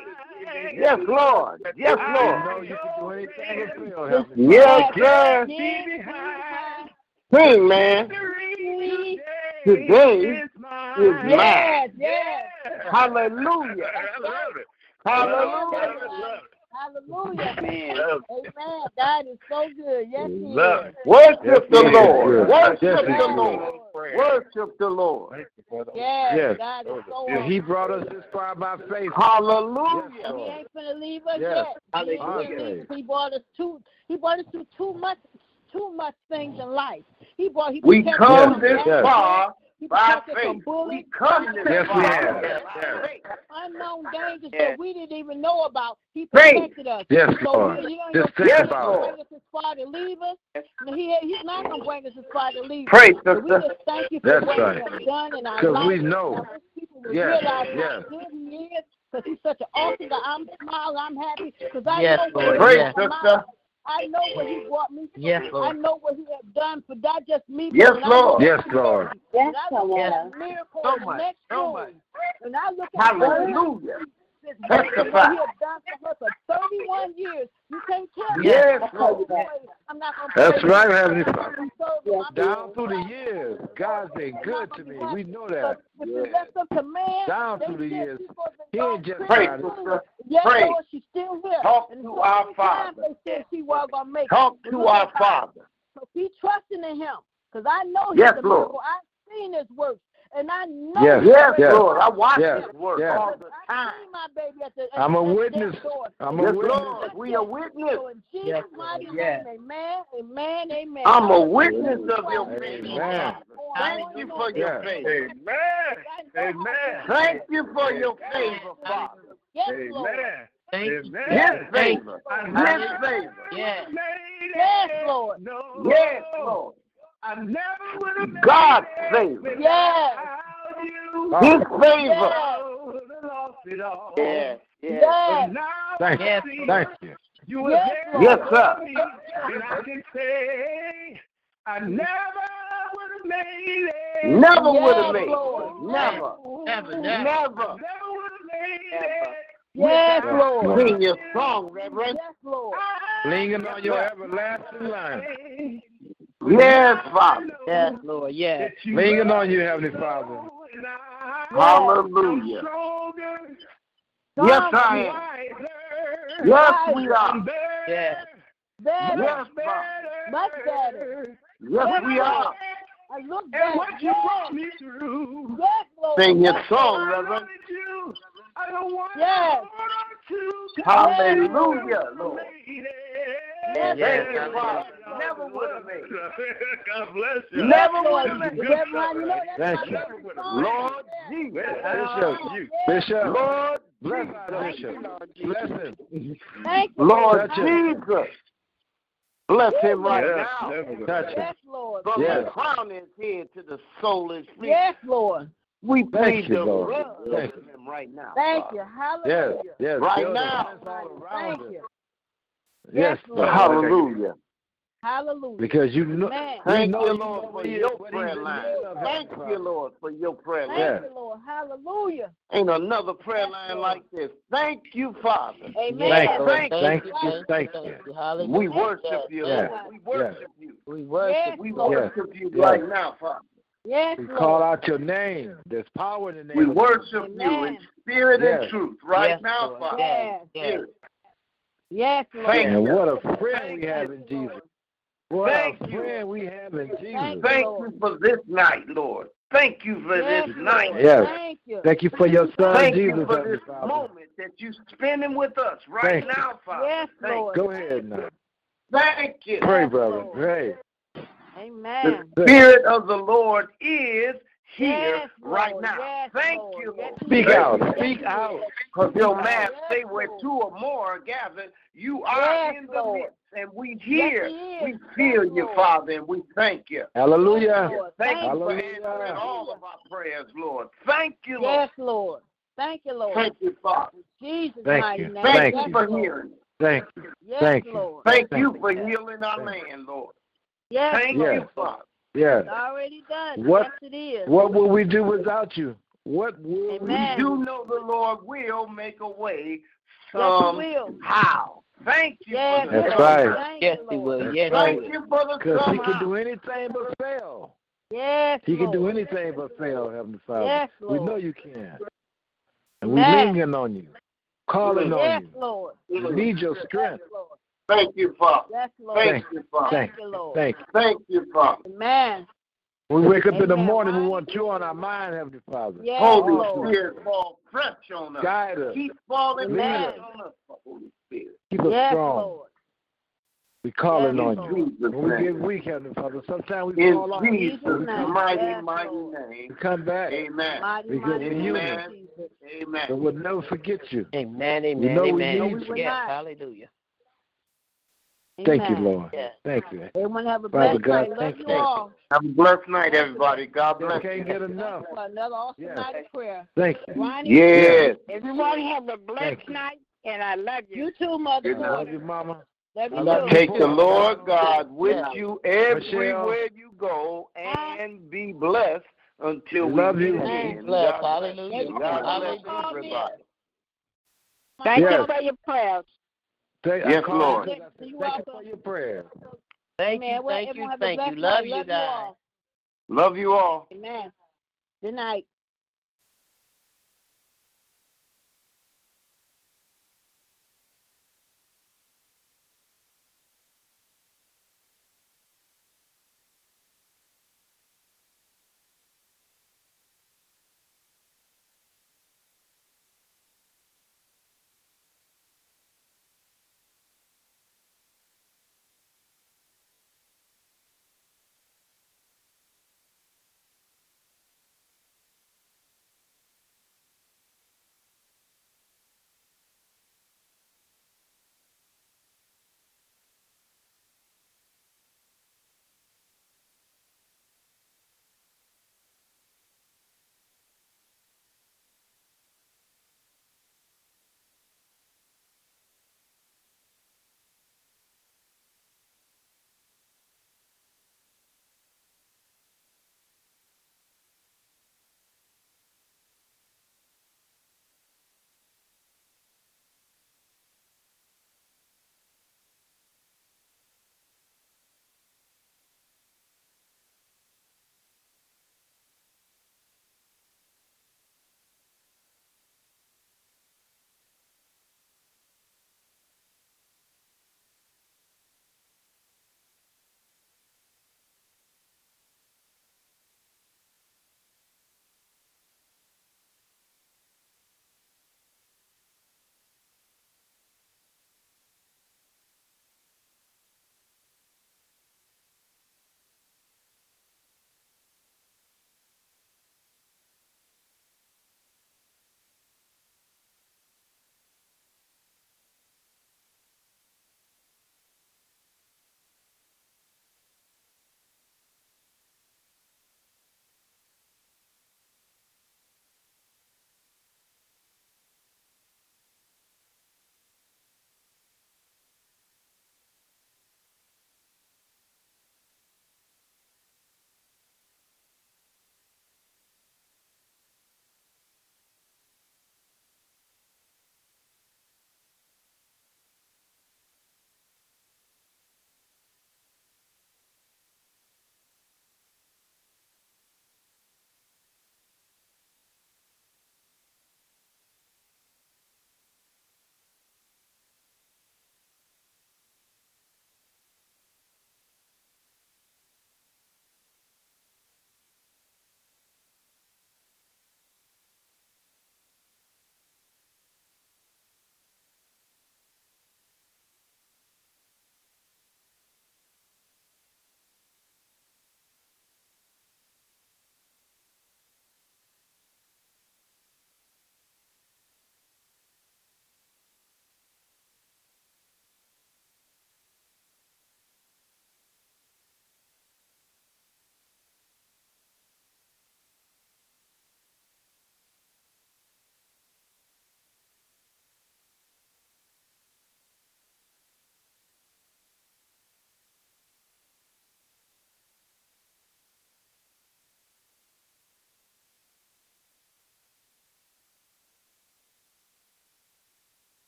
Yes, Lord. Yes,
You know
Lord.
you can do anything but fail, Heavenly
Yes, sir.
Yes.
Hey, man.
Victory
Today
is mine.
is mine.
Yes. Yes.
Hallelujah.
I love it. I
Hallelujah.
love it.
Hallelujah.
Love it.
Amen. God is so good. Yes, He is.
Love it.
Worship the Lord.
Yes, yes,
Worship the
yes.
Lord. Worship the Lord.
Yes,
Yes.
God is so
Father.
good.
He brought us this far by faith.
Hallelujah.
Yes,
He
Lord.
ain't finna leave us
Yes.
yet. He, ain't
Hallelujah.
finna leave us. he brought us too. He brought us through too much, too much things in life. He brought. He
We
protected us
come
from
this
accidents.
far
He
by
protected us
faith.
from bullies.
We come this
Yes, we
far
have.
by faith.
unknown dangers
Yes.
that we didn't even know about. He
Right.
protected us.
Yes,
so
Lord.
He, he ain't
Just
gonna
think
bring
about
us as far to leave us. No, He, he's not going to bring us as far to leave us.
Pray,
So we
sister.
just thank you for
That's
what
right.
you have done in our
Because
life.
we know.
I wish people would
Oh, Yes,
realize
yes.
how good he is because he's such an awesome guy. I'm smiling. I'm happy because I
Yes,
know
Lord,
what he
Pray,
yes.
did for my
sister.
life. I know what he brought me through.
Yes,
I
Lord.
know what he has done for not just me.
Yes,
but when I look
Lord.
Yes, Lord.
Yes,
Lord.
Miracle
So
in the
much,
next
so
room.
much.
When I look at
Hallelujah.
this work that
Testify.
you have done for her for 31 years, you can't tell me.
Yes,
I'm not
Lord.
gonna praise you. I'm not going to
That's right, Heavenly Father. Down
Down
through the years, God's been good to me. We know that.
If you left up to man,
Down
they
through the
still
years.
keep on
He ain't just
Pray,
God.
sister.
Yes,
Pray.
Lord, she's still here.
Talk
and
to
so
our
many times
Father.
They said she was going to make it.
Talk
But
to
look
our
at her.
Father.
So be trusting in him. Because I know he's
Yes,
a
Lord.
miracle. I've seen his works. And I know
Yes,
he's
Yes,
a
yes,
Lord. I watch
yes,
his work
yes.
all the
I
time.
see my baby at the, at
I'm
the-
a
at the
witness.
death door.
I'm a
Yes,
witness.
Lord. We are witness.
So in Jesus'
Yes, Lord,
mighty
yes.
name, amen, amen, amen.
I'm a witness of your
Amen.
faith.
Amen.
Thank you for your
Yes.
faith.
Amen. Amen.
Thank you for your favor, Father.
Yes, Lord.
Amen.
Thank you.
Amen.
His
Thank
favor.
I
His
never
favor.
Yes.
made it.
Yes, Lord.
No.
Yes, Lord.
I never would have made
God's
it
favor.
without
Yes.
you.
His favor.
I would have lost it all.
Yes. Yes.
But
Yes.
now
Thank
I
you.
Yes.
see
Thank you.
you were
Yes,
there
Lord.
Yes, sir.
for me, and I can say I never would have made it.
Never would
Yes,
have made it.
Lord.
Never.
Never, never.
Never.
Never would have made
Never.
it.
Yes, Lord.
Sing your song, Reverend.
Yes, Lord.
Leaning on your everlasting line.
Yes, Father.
Yes, Lord. Yes.
Leaning on you, Heavenly Father.
Hallelujah. Yes, I am.
am.
Yes, we are.
Yes.
Better.
Yes, Father.
Much better.
Yes, we are.
I look
And
back.
what you
Yes.
brought me through.
Yes, Lord.
Sing your
Yes,
song,
I
Reverend.
wanted you. I don't want
Yes.
I don't want
Hallelujah, Lord.
Yes,
Thank you,
yes,
Father.
yes.
Never would have made. it.
God bless you.
Never would have made.
Good
it.
stuff right
Thank you.
Never would have made it.
Lord Jesus.
Bishop,
you.
Bishop,
Lord
bless
Jesus.
Bishop. Bless him.
Thank you.
Lord
Touch him.
Jesus. Bless him right
Yes,
now.
never would
Touch
have
him.
Yes, Lord.
From
Yes.
the crown of his head to the sole of his feet.
Yes, Lord.
We plead
Thank you,
the
Lord.
blood
Thank
over him right now.
Thank
Father.
you.
Yes,
Hallelujah.
yes.
Right
build a
now.
fence all around
Thank
him.
you.
Yes,
Yes,
Lord.
Hallelujah.
Hallelujah.
Because you know,
Man.
you
Thank
know
you, Lord, for
what he-
your
what he's
prayer
in the
line.
middle of,
Thank
Heavenly
you,
Father.
Lord, for your prayer
Thank
line.
Yeah.
you, Lord. Hallelujah.
Ain't another prayer
Yes,
line
Lord.
like this. Thank you, Father.
Amen.
Thank you.
Thank you.
Thank you. Thank you.
We worship you.
Yeah.
Lord. We worship you.
We
Yes,
We
Lord.
worship you
Yeah.
right now, Father.
Yes,
We call
Lord.
out your name. There's power in the name.
We
of
worship you in
Amen.
spirit
Yes.
and truth right
Yes,
now,
Lord.
Father.
Yes.
Spirit.
Yes, Lord.
Thank
And
you.
what a friend we
Thank
have
you,
in
Lord.
Jesus. What a
Thank you.
friend we have in Jesus.
Thank
Thank
Lord.
you for this night, Lord. Thank you for
Yes,
this
Lord.
night.
Yes.
Thank you.
Thank you for your son,
Thank
Jesus.
you for
Heavenly
this
Father.
moment that you're spending with us right
Thank you.
now, Father.
Yes,
Thank
Lord.
Go ahead now.
Thank you.
Pray,
Yes,
brother.
Lord.
Pray.
The
Amen.
Spirit of the Lord is here
Yes, Lord.
right now.
Yes,
Thank
Lord.
you,
Yes,
Lord.
Speak
Thank
out.
you.
Speak out.
Because your math
Yes,
say where
Lord.
two or more are gathered, you are
Yes,
in the
Lord.
midst. And we
Yes,
hear,
He
we
is.
feel
Yes,
you,
Lord.
Father, and we thank you.
Hallelujah.
Lord.
Thank you for
Hallelujah.
answering all of our prayers, Lord. Thank you, Lord.
Yes, Lord. Thank you, Lord.
Thank you, Father.
Jesus'
Thank
mighty
you.
name.
Thank
Thank
you
Yes,
for
Lord.
hearing.
Thank you.
Yes,
Thank you.
Lord.
Thank
Thank
you
you.
for healing our
Thank
land, Lord.
Yes,
Thank
Lord.
you, Father.
Yeah.
It's already done.
What-
Yes, it is.
What would we do without you? What would
We
Amen.
do know the Lord will make a
Yes,
way
he
somehow.
will.
Thank you
Yes,
for the
That's
Lord.
right.
Thank
Yes,
you,
he
Lord.
will. Yes, he
Thank
will.
you for the
Because he can
somehow.
do anything but fail.
Yes,
He can
Lord.
do anything but fail, Heavenly Father.
Yes,
we
Lord.
know you can. And we're
Amen.
leaning on you, calling
Yes,
on you.
Lord.
We need your strength.
Yes, Lord.
Thank you, Father.
Yes, Lord.
Thank you, Father.
Thank
Thank you, Lord.
Thank you.
Thank you, Father.
Amen.
When we wake up in the
Amen.
morning, we want you on our mind, Heavenly Father.
Yes,
Holy
Lord.
Spirit, fall fresh on us.
Guide us.
Keep falling
Amen.
fresh on us, Holy Spirit.
Keep us
yes,
strong.
Lord.
We're calling
Yes,
on
Lord.
you.
In Jesus'
When we get
name.
weak, Heavenly Father, sometimes we fall off.
In
We
Jesus'
name.
mighty,
Yes,
mighty
Lord.
name.
come back,
Amen.
Mighty,
Because
mighty
in
name of
Amen.
Jesus.
Amen.
but we'll never forget you.
Amen, amen,
know we
amen.
need you.
yes,
We're not.
hallelujah.
Thank you,
Amen.
Lord.
Yes.
Thank you.
Everyone have a
Father
blessed
God,
night. Love
thank
you
you.
all.
Have a blessed night, everybody. God bless
Just
you.
can't get
Thank
enough.
you for another awesome
Yes.
night of prayer.
Thank you.
Ronnie,
Yes.
Everyone have a
Thank
blessed
you.
night, and I love you.
you too, Mother.
Good
I
night.
Lord.
love you, Mama.
Love
I
you too.
love you.
Take the Lord God with
Yeah.
you everywhere you go
Ah.
and be blessed until we
Love
meet
you.
again.
Bless.
God
Hallelujah.
you. God bless
Hallelujah.
everybody.
Thank
Yes.
you for your prayers.
Thank, I
Yes,
call
Lord.
you because I said, Thank you for your prayer.
Thank
Amen.
you,
Well,
thank you,
everyone have a
thank you.
blessed
Love
night.
you guys.
all.
Love you all.
Amen. Good night.